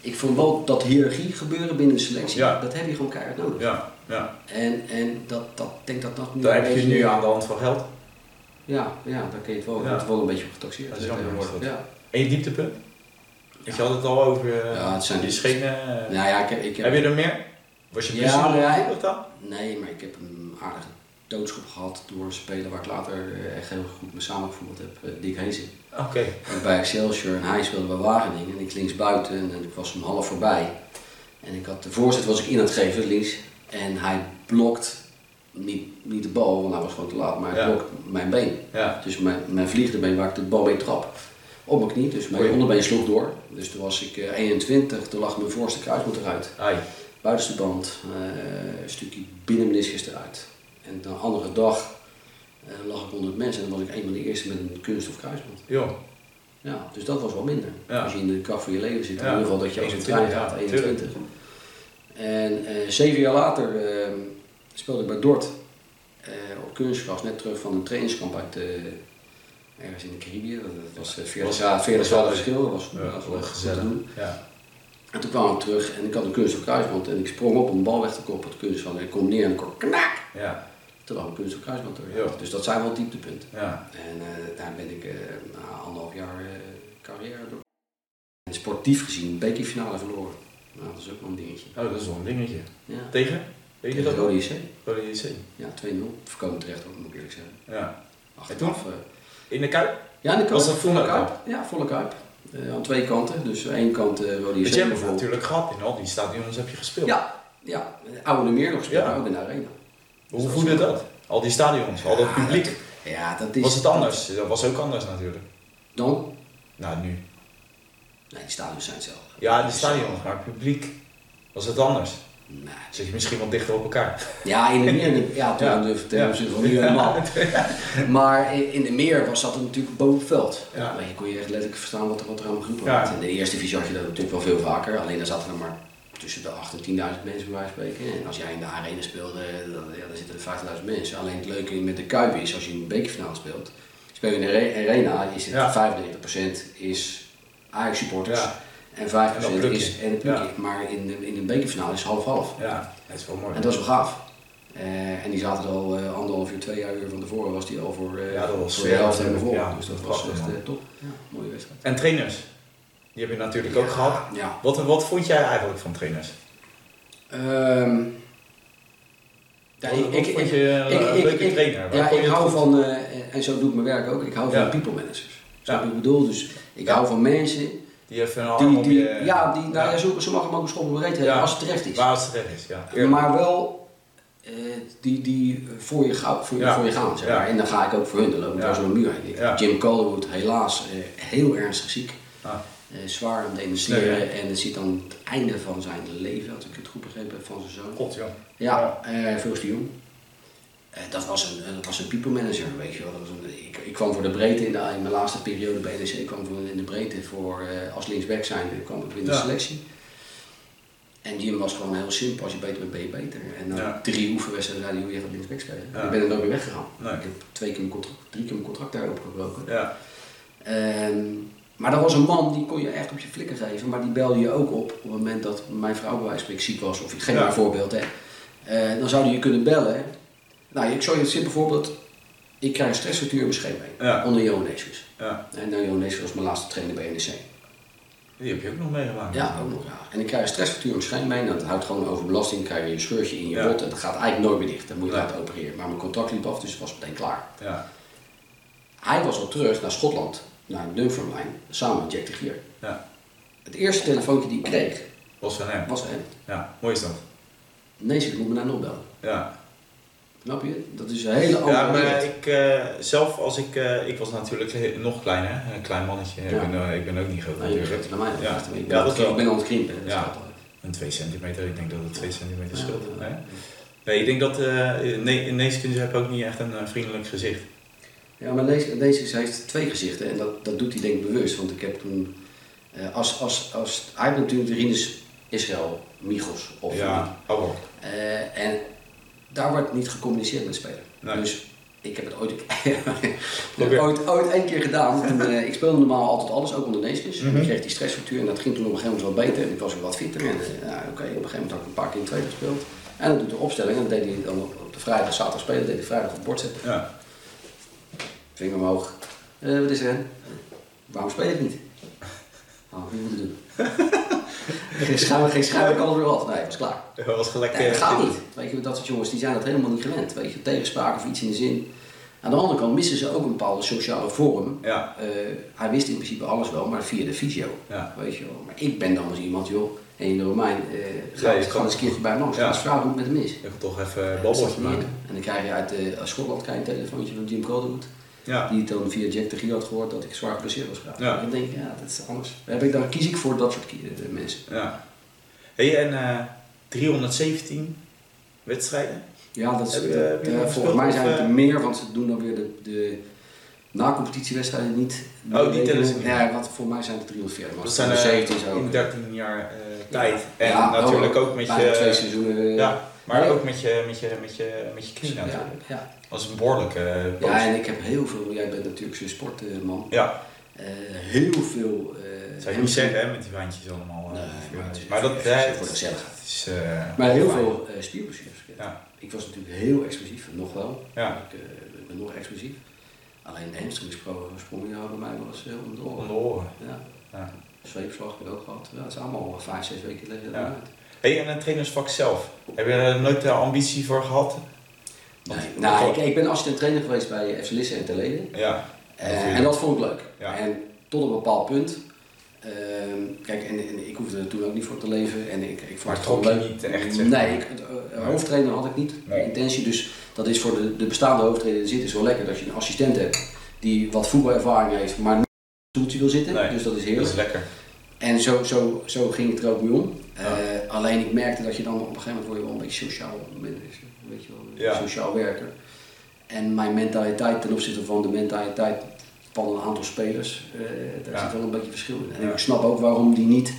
[SPEAKER 2] ik vond wel dat hiërarchie gebeuren binnen de selectie,
[SPEAKER 1] Ja.
[SPEAKER 2] dat heb je gewoon keihard nodig.
[SPEAKER 1] Ja, ja.
[SPEAKER 2] En, en dat, dat, ik denk dat dat nu...
[SPEAKER 1] Daar
[SPEAKER 2] een
[SPEAKER 1] heb je
[SPEAKER 2] beetje-
[SPEAKER 1] nu aan de hand van geld.
[SPEAKER 2] Ja, ja daar kun je het wel,
[SPEAKER 1] Ja.
[SPEAKER 2] wordt wel een beetje op getaxeerd.
[SPEAKER 1] Dat is jammer,
[SPEAKER 2] Ja.
[SPEAKER 1] wordt dat.
[SPEAKER 2] Ja.
[SPEAKER 1] En je dieptepunt? Ik had het al over eh
[SPEAKER 2] Ja, het zijn-
[SPEAKER 1] je schenen. eh,
[SPEAKER 2] Nou ja, ik heb... Ik heb,
[SPEAKER 1] Heb je er meer? Was je
[SPEAKER 2] Ja,
[SPEAKER 1] blessure
[SPEAKER 2] maar hij-
[SPEAKER 1] gevoelig dan?
[SPEAKER 2] Nee, maar ik heb een aardige doodschop gehad door een speler waar ik later eh, echt heel goed mee samengevoerd heb, eh, Dick Hezen.
[SPEAKER 1] Oké.
[SPEAKER 2] En bij Excelsior en hij speelde bij Wageningen en ik links buiten en ik was hem half voorbij. En ik had de voorzet was ik in aan het geven, links. En hij blokt niet, niet de bal, want hij was gewoon te laat, maar hij
[SPEAKER 1] Ja.
[SPEAKER 2] blokt mijn been.
[SPEAKER 1] Ja.
[SPEAKER 2] Dus mijn, mijn vliegende been waar ik de bal mee trap. Op mijn knie, dus mijn
[SPEAKER 1] Oei.
[SPEAKER 2] onderbeen sloeg door. Dus toen was ik eh, 21, toen lag mijn voorste kruisband eruit.
[SPEAKER 1] Ai.
[SPEAKER 2] Buitenste band, eh, een stukje binnenmeniscus eruit. En de andere dag eh, lag ik onder het mes en dan was ik een van de eerste met een kunststof kruisband.
[SPEAKER 1] Joh.
[SPEAKER 2] Ja, dus dat was wel minder.
[SPEAKER 1] Ja.
[SPEAKER 2] Als je in de kracht van je leven zit,
[SPEAKER 1] Ja.
[SPEAKER 2] in ieder geval dat je als een trein
[SPEAKER 1] 21,
[SPEAKER 2] gaat,
[SPEAKER 1] ja,
[SPEAKER 2] 21. En eh, zeven jaar later eh, speelde ik bij Dort eh, op kunstgras, net terug van een trainingskamp uit eh, ergens in de Caribië. Dat was eh, 40
[SPEAKER 1] Was-
[SPEAKER 2] graden 40
[SPEAKER 1] was-
[SPEAKER 2] graden verschil, dat was,
[SPEAKER 1] Ja,
[SPEAKER 2] dat was wel
[SPEAKER 1] was
[SPEAKER 2] goed
[SPEAKER 1] gezellig.
[SPEAKER 2] te doen.
[SPEAKER 1] Ja.
[SPEAKER 2] En toen kwam ik terug en ik had een kunststof kruisband en ik sprong op om de bal weg te koppen op het kunstgras en ik kom neer en ik hoor knak!
[SPEAKER 1] Ja.
[SPEAKER 2] Toen lag een kunststof kruisband door.
[SPEAKER 1] Ja.
[SPEAKER 2] Dus dat zijn wel dieptepunten.
[SPEAKER 1] Ja.
[SPEAKER 2] En eh, daar ben ik eh, na anderhalf jaar eh, carrière door. En sportief gezien, bekerfinale verloren. Nou, dat is ook wel een dingetje.
[SPEAKER 1] Oh, dat is wel een dingetje.
[SPEAKER 2] Ja.
[SPEAKER 1] Tegen? Weet je
[SPEAKER 2] Tegen
[SPEAKER 1] dat nog?
[SPEAKER 2] Rode JC.
[SPEAKER 1] Rode JC.
[SPEAKER 2] Ja, 2-0. Voorkomen terecht ook, moet ik eerlijk zeggen.
[SPEAKER 1] Ja.
[SPEAKER 2] Achteraf. eh,
[SPEAKER 1] In de kuip?
[SPEAKER 2] ja, en ik
[SPEAKER 1] Was dat volle
[SPEAKER 2] Ja, volle kuip. Eh, aan twee kanten. Dus aan één kant eh Rode
[SPEAKER 1] Want
[SPEAKER 2] JC
[SPEAKER 1] jij hebt het
[SPEAKER 2] bijvoorbeeld.
[SPEAKER 1] natuurlijk gehad. In al die stadions heb je gespeeld.
[SPEAKER 2] Ja, ja. Oude Meer nog gespeeld,
[SPEAKER 1] Ja.
[SPEAKER 2] maar ook in de arena.
[SPEAKER 1] Hoe voelde dat? Al die stadions, al dat publiek.
[SPEAKER 2] Ja, dat is...
[SPEAKER 1] Was het anders? Dat was ook anders natuurlijk.
[SPEAKER 2] Dan?
[SPEAKER 1] Nou, nu.
[SPEAKER 2] Nee, die stadions zijn hetzelfde.
[SPEAKER 1] Ja, die stadions, maar het publiek was het anders.
[SPEAKER 2] Nee.
[SPEAKER 1] Zit je misschien wel dichter op elkaar.
[SPEAKER 2] Ja, in de meer. Ja, toen
[SPEAKER 1] Ja.
[SPEAKER 2] de ten
[SPEAKER 1] <laughs> Ja.
[SPEAKER 2] opzichte van nu helemaal. Maar in in de meer was dat natuurlijk boven het veld.
[SPEAKER 1] Ja.
[SPEAKER 2] Maar je kon je echt letterlijk verstaan wat er, wat er aan de groep
[SPEAKER 1] Ja.
[SPEAKER 2] was. In de eerste divisie had je dat natuurlijk wel veel vaker. Alleen daar zaten er maar tussen de 8 en 10.000 mensen bij wijze van spreken. En als jij in de arena speelde, dan, ja, dan zitten er 50.000 mensen. Alleen het leuke met de Kuip is, als je een bekerfinale speelt, speel je in de are- arena, is het
[SPEAKER 1] Ja.
[SPEAKER 2] 95% is Ajax-supporters.
[SPEAKER 1] Ja.
[SPEAKER 2] En 5%
[SPEAKER 1] En dat plukje.
[SPEAKER 2] is en het plukje. Maar in, de- in een bekerfinale is het half-half.
[SPEAKER 1] Ja, dat is wel mooi.
[SPEAKER 2] En dat is wel gaaf. Eh, en die zaten er al eh, anderhalf uur, twee jaar uur van tevoren was die al voor, eh,
[SPEAKER 1] Ja, dat was
[SPEAKER 2] voor de
[SPEAKER 1] sfeer
[SPEAKER 2] helft
[SPEAKER 1] natuurlijk,
[SPEAKER 2] helemaal vol.
[SPEAKER 1] ja.
[SPEAKER 2] dus dat was
[SPEAKER 1] Prachtig,
[SPEAKER 2] echt
[SPEAKER 1] man.
[SPEAKER 2] eh, top. Ja, mooie wedstrijd.
[SPEAKER 1] En trainers, die heb je natuurlijk ook
[SPEAKER 2] Ja,
[SPEAKER 1] gehad.
[SPEAKER 2] Ja.
[SPEAKER 1] Wat, wat vond jij eigenlijk van trainers?
[SPEAKER 2] Ehm, ja,
[SPEAKER 1] Wat-
[SPEAKER 2] ik,
[SPEAKER 1] wat
[SPEAKER 2] ik,
[SPEAKER 1] vond
[SPEAKER 2] ik,
[SPEAKER 1] je eh,
[SPEAKER 2] ik-
[SPEAKER 1] een
[SPEAKER 2] ik-
[SPEAKER 1] leuke
[SPEAKER 2] ik-
[SPEAKER 1] trainer? Waar
[SPEAKER 2] ja,
[SPEAKER 1] vond
[SPEAKER 2] ik
[SPEAKER 1] je het
[SPEAKER 2] hou
[SPEAKER 1] goed?
[SPEAKER 2] van, eh, en zo doe ik mijn werk ook, ik hou van
[SPEAKER 1] Ja.
[SPEAKER 2] people managers.
[SPEAKER 1] Ja.
[SPEAKER 2] Snap je wat ik bedoel? Dus ik
[SPEAKER 1] Ja.
[SPEAKER 2] hou van mensen
[SPEAKER 1] Die heeft een
[SPEAKER 2] die,
[SPEAKER 1] arm om
[SPEAKER 2] die,
[SPEAKER 1] je...
[SPEAKER 2] ja, die, nou, ja. zo, zo mag ik hem ook een schop op breed hebben
[SPEAKER 1] Ja.
[SPEAKER 2] als het terecht is.
[SPEAKER 1] Waar het terecht is, ja.
[SPEAKER 2] Maar wel eh, die, die eh, voor je, gauw, voor, je-
[SPEAKER 1] Ja.
[SPEAKER 2] voor je gaan. Zeg maar.
[SPEAKER 1] Ja.
[SPEAKER 2] En dan ga ik ook voor hun, dan loop ik
[SPEAKER 1] Ja.
[SPEAKER 2] daar zo'n muur heen. Ik-
[SPEAKER 1] Ja.
[SPEAKER 2] Jim Calderwood, helaas eh, heel ernstig ziek.
[SPEAKER 1] Ah,
[SPEAKER 2] Eh, zwaar aan het initiëren.
[SPEAKER 1] Nee,
[SPEAKER 2] En het zit aan het einde van zijn leven, als ik het goed begrepen heb, van zijn zoon.
[SPEAKER 1] god joh.
[SPEAKER 2] Ja, eh veel te jong. Eh, dat, was een, eh, dat was een people manager, weet je wel. Dat was een- ik, ik kwam voor de breedte in, de, in mijn laatste periode bij NEC. Ik kwam voor, in de breedte voor, eh, als linksback zijn, kwam ik in de
[SPEAKER 1] Ja.
[SPEAKER 2] selectie. En Jim was gewoon heel simpel, als je beter bent, ben je beter. En na
[SPEAKER 1] Ja.
[SPEAKER 2] drie oefenwedstrijden zei hij, "Joh, je gaat linksback spelen.
[SPEAKER 1] Ja.
[SPEAKER 2] Ik ben er nooit meer weggegaan.
[SPEAKER 1] Nee.
[SPEAKER 2] Ik heb twee keer mijn contract, drie keer mijn contract daar opgebroken.
[SPEAKER 1] Ja,
[SPEAKER 2] Ehm, maar dat was een man, die kon je echt op je flikker geven. Maar die belde je ook op op het moment dat mijn vrouw bij wijze van spreken ziek was. Of ik geef
[SPEAKER 1] Ja.
[SPEAKER 2] maar een voorbeeld. Hè. Eh, dan zou die je kunnen bellen. Nou, ik zou je een simpel voorbeeld. Ik krijg een stressfactuur in mijn scheenbeen.
[SPEAKER 1] Ja.
[SPEAKER 2] Onder Johanesius.
[SPEAKER 1] ja.
[SPEAKER 2] En nou, Johanesius was mijn laatste trainer bij NEC.
[SPEAKER 1] Die heb je ook nog meegemaakt.
[SPEAKER 2] Ja, ook nog. Ja. En ik krijg een stressfactuur in mijn scheenbeen. Dat houdt gewoon over belasting. Dan krijg je een scheurtje in je
[SPEAKER 1] Ja.
[SPEAKER 2] bot. En dat gaat eigenlijk nooit meer dicht. Dan moet je
[SPEAKER 1] Ja.
[SPEAKER 2] laten opereren. Maar mijn contract liep af, dus het was meteen klaar.
[SPEAKER 1] Ja,
[SPEAKER 2] Hij was al terug naar Schotland. Naar Dunfermline. Samen met Jack de Gier.
[SPEAKER 1] ja.
[SPEAKER 2] Het eerste telefoontje die ik kreeg
[SPEAKER 1] Was van hem.
[SPEAKER 2] was van hem.
[SPEAKER 1] Ja, mooi is dat.
[SPEAKER 2] Nee, ze moet me nou nog bellen.
[SPEAKER 1] Ja.
[SPEAKER 2] Snap je? Dat is een hele andere
[SPEAKER 1] Ja, maar
[SPEAKER 2] wereld.
[SPEAKER 1] ik eh, zelf, als ik, eh, ik was natuurlijk he- nog kleiner, hè, een klein mannetje.
[SPEAKER 2] Ja.
[SPEAKER 1] Ik, ben, eh, ik ben ook niet groot
[SPEAKER 2] Nou, je
[SPEAKER 1] natuurlijk.
[SPEAKER 2] begrijpt het naar mij.
[SPEAKER 1] Ja.
[SPEAKER 2] Ik ben,
[SPEAKER 1] Ja, dat
[SPEAKER 2] aan het-
[SPEAKER 1] wel.
[SPEAKER 2] ik ben aan het krimpen. Dat
[SPEAKER 1] Ja.
[SPEAKER 2] gaat wel.
[SPEAKER 1] Een 2 centimeter, ik denk dat het 2 centimeter scheelt.
[SPEAKER 2] Ja,
[SPEAKER 1] hè?
[SPEAKER 2] ja.
[SPEAKER 1] Nee, ik denk dat eh ne Neeskinders hebben ook niet echt een eh, vriendelijk gezicht.
[SPEAKER 2] Ja, maar deze, deze heeft twee gezichten en dat, dat doet hij denk ik bewust. Want ik heb toen, eh, als, als, als, hij heeft natuurlijk de Rinus Israël, Michels of
[SPEAKER 1] Ja, oh wel.
[SPEAKER 2] Eh, en daar wordt niet gecommuniceerd met spelers.
[SPEAKER 1] Nee.
[SPEAKER 2] Dus ik heb het ooit, <laughs> ik heb
[SPEAKER 1] Probeer.
[SPEAKER 2] ooit, ooit één keer gedaan. En, eh, ik speelde normaal altijd alles, ook onder Neeskens.
[SPEAKER 1] Mhm.
[SPEAKER 2] Ik kreeg die stressfactuur en dat ging toen op een gegeven moment wel beter. En ik was weer wat fitter. En eh, nou, oké, op een gegeven moment had ik een paar keer in tweede gespeeld. En dan doet de opstelling en dan deed hij dan op, op de vrijdag, zaterdag spelen, deed hij vrijdag op het bord zetten.
[SPEAKER 1] Ja. <laughs>
[SPEAKER 2] Vinger omhoog. Eh, wat is er? Hen? Waarom speel je het niet? Oh, wie moet het doen?
[SPEAKER 1] <laughs>
[SPEAKER 2] geen schuim, geen schuim, ik alles weer wat. Nee, ik was klaar.
[SPEAKER 1] Dat was gelijk.
[SPEAKER 2] Nee, dat
[SPEAKER 1] eh,
[SPEAKER 2] gaat niet. Weet je, dat soort jongens die zijn dat helemaal niet gewend. Weet je, tegenspraak of iets in de zin. Aan de andere kant missen ze ook een bepaalde sociale vorm.
[SPEAKER 1] Ja,
[SPEAKER 2] Eh, hij wist in principe alles wel, maar via de video.
[SPEAKER 1] Ja.
[SPEAKER 2] Weet je wel. Maar ik ben dan als iemand, joh, en in de Romein, eh, ga,
[SPEAKER 1] Ja, je
[SPEAKER 2] eens, ga
[SPEAKER 1] kan-
[SPEAKER 2] eens een keertje bij hem langs.
[SPEAKER 1] Ja.
[SPEAKER 2] Ga eens vragen hoe het met hem is.
[SPEAKER 1] ik wil toch even een babbeltje maken.
[SPEAKER 2] En dan krijg je uit eh, uit Schotland krijg je een telefoontje van Jim Calderwood.
[SPEAKER 1] Ja.
[SPEAKER 2] Die dan via Jack de Gier had gehoord dat ik zwaar geblesseerd was geraakt.
[SPEAKER 1] Ja.
[SPEAKER 2] En dan denk ik, ja, dat is anders. Dan Heb ik, dan kies ik voor dat soort ki- eh, mensen.
[SPEAKER 1] ja. hey, en eh, 317 wedstrijden?
[SPEAKER 2] Ja, dat is,
[SPEAKER 1] Heb je- heb je
[SPEAKER 2] eh,
[SPEAKER 1] nog
[SPEAKER 2] volgens mij
[SPEAKER 1] gespeeld, of,
[SPEAKER 2] zijn het er
[SPEAKER 1] eh?
[SPEAKER 2] meer, want ze doen dan weer de, de na competitiewedstrijden niet.
[SPEAKER 1] Oh, die tellen ze niet.
[SPEAKER 2] Ja, want voor mij zijn het 340. Maar
[SPEAKER 1] Dat zijn eh,
[SPEAKER 2] 70 zo.
[SPEAKER 1] in 13 jaar eh, tijd.
[SPEAKER 2] Ja,
[SPEAKER 1] En
[SPEAKER 2] wel,
[SPEAKER 1] natuurlijk ook met
[SPEAKER 2] bijna twee
[SPEAKER 1] je...
[SPEAKER 2] seizoenen. eh,
[SPEAKER 1] Ja, maar
[SPEAKER 2] Nee.
[SPEAKER 1] ook met je, met je, met je, met je knie
[SPEAKER 2] ja,
[SPEAKER 1] natuurlijk.
[SPEAKER 2] ja.
[SPEAKER 1] Dat was een behoorlijke uh,
[SPEAKER 2] ja, en ik heb heel veel. Jij bent natuurlijk zo'n sportman.
[SPEAKER 1] Ja,
[SPEAKER 2] Eh, heel veel. eh
[SPEAKER 1] dat zou je niet zeggen hè, met die wijntjes allemaal. eh,
[SPEAKER 2] Nee,
[SPEAKER 1] voor
[SPEAKER 2] maar het
[SPEAKER 1] jongens.
[SPEAKER 2] is-
[SPEAKER 1] maar dat
[SPEAKER 2] het is
[SPEAKER 1] eh,
[SPEAKER 2] voor gezelligheid.
[SPEAKER 1] het is, eh,
[SPEAKER 2] Maar heel
[SPEAKER 1] fijn.
[SPEAKER 2] veel eh spierblessures.
[SPEAKER 1] Ja.
[SPEAKER 2] Ik was natuurlijk heel explosief, nog wel.
[SPEAKER 1] Ja.
[SPEAKER 2] Ik, eh, ik ben nog explosief. Alleen de hamstringsprong ja, bij mij was heel
[SPEAKER 1] Om
[SPEAKER 2] ondoor.
[SPEAKER 1] de oren.
[SPEAKER 2] Ja.
[SPEAKER 1] Ja.
[SPEAKER 2] Zweepslag heb ik ook gehad. Ja, het is allemaal al vijf, zes weken liggen
[SPEAKER 1] Ja.
[SPEAKER 2] eruit.
[SPEAKER 1] Hey, en het trainersvak zelf. Heb je er nooit de ambitie voor gehad?
[SPEAKER 2] Nee,
[SPEAKER 1] Want-
[SPEAKER 2] nou, ik,
[SPEAKER 1] want-
[SPEAKER 2] ik ben assistent trainer geweest bij FC Lisse en Terleden.
[SPEAKER 1] Ja,
[SPEAKER 2] Eh,
[SPEAKER 1] Dat vind je
[SPEAKER 2] en dat vond ik leuk.
[SPEAKER 1] Ja.
[SPEAKER 2] En tot een bepaald punt. ehm, kijk, en, en ik hoefde er toen ook niet voor te leven. En ik, ik vond
[SPEAKER 1] Maar
[SPEAKER 2] het
[SPEAKER 1] trok
[SPEAKER 2] gewoon
[SPEAKER 1] je
[SPEAKER 2] leuk.
[SPEAKER 1] niet echt, zeg maar?
[SPEAKER 2] Nee, ik, het, eh, hoofdtrainer had ik niet.
[SPEAKER 1] Nee.
[SPEAKER 2] De intentie. Dus dat is voor de, de bestaande hoofdtrainer die er zit is wel lekker. Dat je een assistent hebt die wat voetbalervaring heeft, maar niet op het stoeltje wil zitten.
[SPEAKER 1] Nee.
[SPEAKER 2] Dus dat is
[SPEAKER 1] dat
[SPEAKER 2] heerlijk.
[SPEAKER 1] is lekker.
[SPEAKER 2] En zo, zo, zo ging het er ook mee om.
[SPEAKER 1] Ja.
[SPEAKER 2] Eh, alleen ik merkte dat je dan op een gegeven moment word je wel een beetje sociaal manager, weet je wel,
[SPEAKER 1] Ja.
[SPEAKER 2] sociaal werker. En mijn mentaliteit ten opzichte van de mentaliteit van een aantal spelers, eh, daar
[SPEAKER 1] Ja.
[SPEAKER 2] zit wel een beetje verschil in. En
[SPEAKER 1] Ja.
[SPEAKER 2] ik snap ook waarom die niet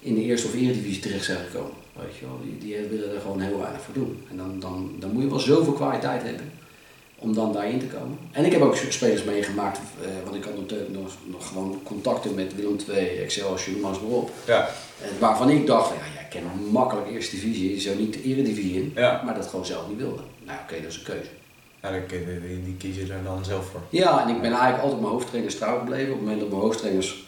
[SPEAKER 2] in de eerste of eredivisie terecht zijn gekomen. Weet je wel, die, die willen er gewoon heel weinig voor doen. En dan, dan, dan moet je wel zoveel kwaliteit hebben om dan daarin te komen. En ik heb ook spelers meegemaakt, eh, want ik had nog, nog, nog gewoon contacten met Willem II, Excelsior, noem maar eens maar op.
[SPEAKER 1] Ja,
[SPEAKER 2] En waarvan ik dacht, van, ja, jij kent makkelijk eerste divisie, zo niet de eredivisie in,
[SPEAKER 1] Ja.
[SPEAKER 2] maar dat gewoon zelf niet wilde. Nou oké, dat is een keuze.
[SPEAKER 1] ja dan kun je- die, die kies je er dan zelf voor.
[SPEAKER 2] Ja, en ik ben eigenlijk altijd mijn hoofdtrainers trouw gebleven. Op het moment dat mijn hoofdtrainers,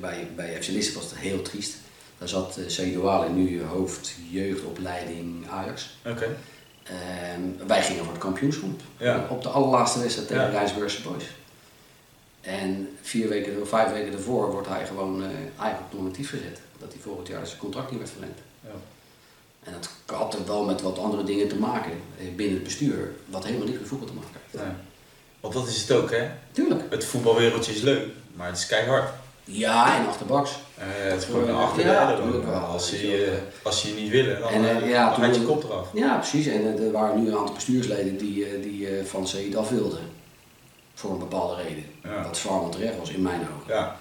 [SPEAKER 2] bij, bij FC Lisse was het heel triest. Daar zat eh Saïd Ouali, nu hoofd jeugdopleiding Ajax.
[SPEAKER 1] Oké.
[SPEAKER 2] Ehm, wij gingen voor het kampioenschap.
[SPEAKER 1] Ja.
[SPEAKER 2] Op de allerlaatste wedstrijd tegen
[SPEAKER 1] Ja.
[SPEAKER 2] de Rijnsburgse Boys. En vier weken, of vijf weken daarvoor wordt hij gewoon eh, eigenlijk op normatief gezet. Dat hij volgend jaar zijn contract niet werd verlengd.
[SPEAKER 1] Ja.
[SPEAKER 2] En dat had er wel met wat andere dingen te maken eh, binnen het bestuur. Wat helemaal niks met voetbal te maken heeft.
[SPEAKER 1] Ja. Want dat is het ook, hè?
[SPEAKER 2] Tuurlijk.
[SPEAKER 1] Het voetbalwereldje is leuk, maar het is keihard.
[SPEAKER 2] Ja, en achterbaks.
[SPEAKER 1] Eh, het is gewoon een
[SPEAKER 2] Ja,
[SPEAKER 1] achter de
[SPEAKER 2] ja,
[SPEAKER 1] elleboog.
[SPEAKER 2] tuurlijk wel.
[SPEAKER 1] Als je, je- als je je niet willen, dan,
[SPEAKER 2] En, eh,
[SPEAKER 1] eh,
[SPEAKER 2] ja,
[SPEAKER 1] dan
[SPEAKER 2] toen-
[SPEAKER 1] gaat je kop eraf.
[SPEAKER 2] Ja, precies. En eh, er waren nu een aantal bestuursleden die, eh, die eh, van Seid af wilden. Voor een bepaalde reden.
[SPEAKER 1] Ja.
[SPEAKER 2] Wat zwaar terecht was in mijn ogen.
[SPEAKER 1] Ja,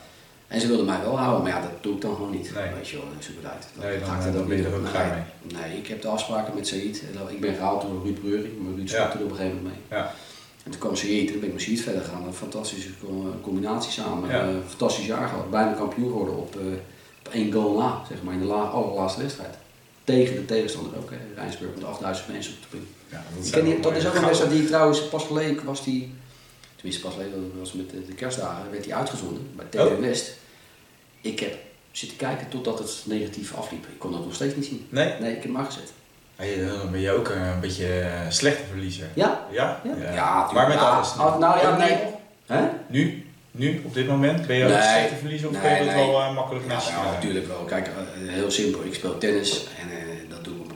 [SPEAKER 2] En ze wilden mij wel houden, maar ja, dat doe ik dan gewoon niet.
[SPEAKER 1] Nee.
[SPEAKER 2] Weet je wel, dan zoek het uit.
[SPEAKER 1] Nee, dan,
[SPEAKER 2] ga ik
[SPEAKER 1] eh,
[SPEAKER 2] dat
[SPEAKER 1] dan
[SPEAKER 2] ook
[SPEAKER 1] ben je
[SPEAKER 2] niet
[SPEAKER 1] er ook
[SPEAKER 2] doen.
[SPEAKER 1] klaar
[SPEAKER 2] Nee. Nee, ik heb de afspraken met Said. En dan- Ik ben gehaald door Ruud Breuring, maar Ruud
[SPEAKER 1] Ja.
[SPEAKER 2] stopte er op een gegeven moment mee.
[SPEAKER 1] ja.
[SPEAKER 2] En toen kwam Said, en toen ben ik met Said verder gegaan. Een fantastische co- combinatie samen.
[SPEAKER 1] Ja.
[SPEAKER 2] Eh, fantastisch jaar gehad. Bijna kampioen geworden op, eh, op één goal na, zeg maar, in de la- allerlaatste wedstrijd. Tegen de tegenstander ook, hè, Rijnsburg, met 8000 mensen op de punt.
[SPEAKER 1] ja
[SPEAKER 2] Ik
[SPEAKER 1] zijn
[SPEAKER 2] ken die-
[SPEAKER 1] wel eh,
[SPEAKER 2] dat
[SPEAKER 1] mooie
[SPEAKER 2] is ook een
[SPEAKER 1] gouden.
[SPEAKER 2] wedstrijd die ik trouwens pas geleden was die, tenminste pas geleden dat was met de, de kerstdagen, werd die uitgezonden bij TV
[SPEAKER 1] Oh.
[SPEAKER 2] West. Ik heb zitten kijken totdat het negatief afliep. Ik kon dat nog steeds niet zien.
[SPEAKER 1] Nee?
[SPEAKER 2] Nee, ik heb hem aangezet.
[SPEAKER 1] Hey, dan ben je ook een beetje eh, slechte verliezer.
[SPEAKER 2] Ja?
[SPEAKER 1] Ja?
[SPEAKER 2] Ja,
[SPEAKER 1] maar
[SPEAKER 2] tuurlijk.
[SPEAKER 1] met
[SPEAKER 2] Ja,
[SPEAKER 1] alles.
[SPEAKER 2] ah, nou ja,
[SPEAKER 1] Ook
[SPEAKER 2] nee.
[SPEAKER 1] nu?
[SPEAKER 2] Hè?
[SPEAKER 1] Nu? Nu, op dit moment? Ben je ook
[SPEAKER 2] Nee.
[SPEAKER 1] een slechte verliezer of
[SPEAKER 2] Nee,
[SPEAKER 1] kun je dat
[SPEAKER 2] nee.
[SPEAKER 1] wel eh, makkelijk
[SPEAKER 2] Ja,
[SPEAKER 1] naast je
[SPEAKER 2] ja,
[SPEAKER 1] halen?
[SPEAKER 2] natuurlijk wel. Kijk, eh, heel simpel. Ik speel tennis en eh, dat doe ik op,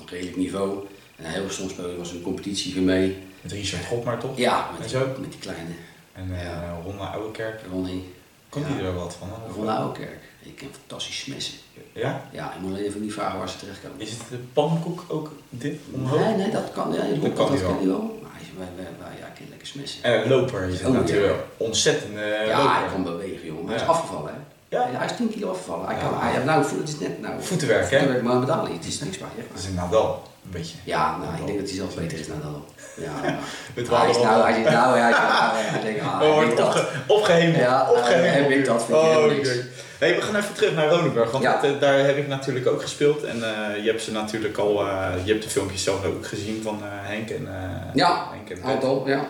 [SPEAKER 2] op een redelijk niveau. En heel soms speel ik was een competitie mee.
[SPEAKER 1] Met Richard Gop maar toch?
[SPEAKER 2] Ja,
[SPEAKER 1] En
[SPEAKER 2] met,
[SPEAKER 1] zo?
[SPEAKER 2] die, met die kleine
[SPEAKER 1] En eh
[SPEAKER 2] Ja.
[SPEAKER 1] Ronna Ouwekerk.
[SPEAKER 2] Ronnie
[SPEAKER 1] Kon
[SPEAKER 2] Ja.
[SPEAKER 1] die er wat van? hè?
[SPEAKER 2] van Ouwerkerk. Ik ken fantastisch smessen.
[SPEAKER 1] Ja?
[SPEAKER 2] Ja, ik moet alleen even niet vragen waar ze terechtkomen.
[SPEAKER 1] Is het de pankoek ook dit omhoog?
[SPEAKER 2] Nee, nee, dat kan. Ja, dat,
[SPEAKER 1] kan
[SPEAKER 2] kan,
[SPEAKER 1] hij
[SPEAKER 2] dat
[SPEAKER 1] wel.
[SPEAKER 2] kan hij wel. Maar hij, wij, wij, wij, ja, ik kan lekker smessen.
[SPEAKER 1] En een Eh, loper is het
[SPEAKER 2] Oh, ja.
[SPEAKER 1] natuurlijk. Ontzettend eh,
[SPEAKER 2] ja, hij
[SPEAKER 1] loper.
[SPEAKER 2] kan bewegen, jongen. Hij
[SPEAKER 1] Ja.
[SPEAKER 2] is afgevallen, hè?
[SPEAKER 1] Ja.
[SPEAKER 2] hij is 10 kilo afgevallen. Hij
[SPEAKER 1] Ja.
[SPEAKER 2] kan, hij, nou, voet- het is net nou.
[SPEAKER 1] Voetenwerk, hè?
[SPEAKER 2] Voetenwerk Mohamed Ali. Het is niks bij, echt
[SPEAKER 1] Dat
[SPEAKER 2] waar.
[SPEAKER 1] is een Nadal, een beetje.
[SPEAKER 2] Ja, nou, ik denk dat hij zelf beter is dan dat.
[SPEAKER 1] <laughs>
[SPEAKER 2] Ja, ja.
[SPEAKER 1] Het
[SPEAKER 2] hij is
[SPEAKER 1] waren
[SPEAKER 2] nou,
[SPEAKER 1] wel-
[SPEAKER 2] hij zit nou, hij hij
[SPEAKER 1] <laughs>
[SPEAKER 2] denkt, ah,
[SPEAKER 1] Oh,
[SPEAKER 2] heb
[SPEAKER 1] wordt
[SPEAKER 2] ik dat.
[SPEAKER 1] opge- opgehemeld.
[SPEAKER 2] Ja, nou,
[SPEAKER 1] opgehemeld.
[SPEAKER 2] heb ik dat, vind ik
[SPEAKER 1] Oh,
[SPEAKER 2] helemaal niks.
[SPEAKER 1] oké. Hey, we gaan even terug naar Ronenburg, want
[SPEAKER 2] Ja.
[SPEAKER 1] dat, eh, daar heb ik natuurlijk ook gespeeld. En eh, je hebt ze natuurlijk al, eh, je hebt de filmpjes zelf ook gezien van eh, Henk en eh,
[SPEAKER 2] Ja,
[SPEAKER 1] Henk en Bert.
[SPEAKER 2] Aantal, ja.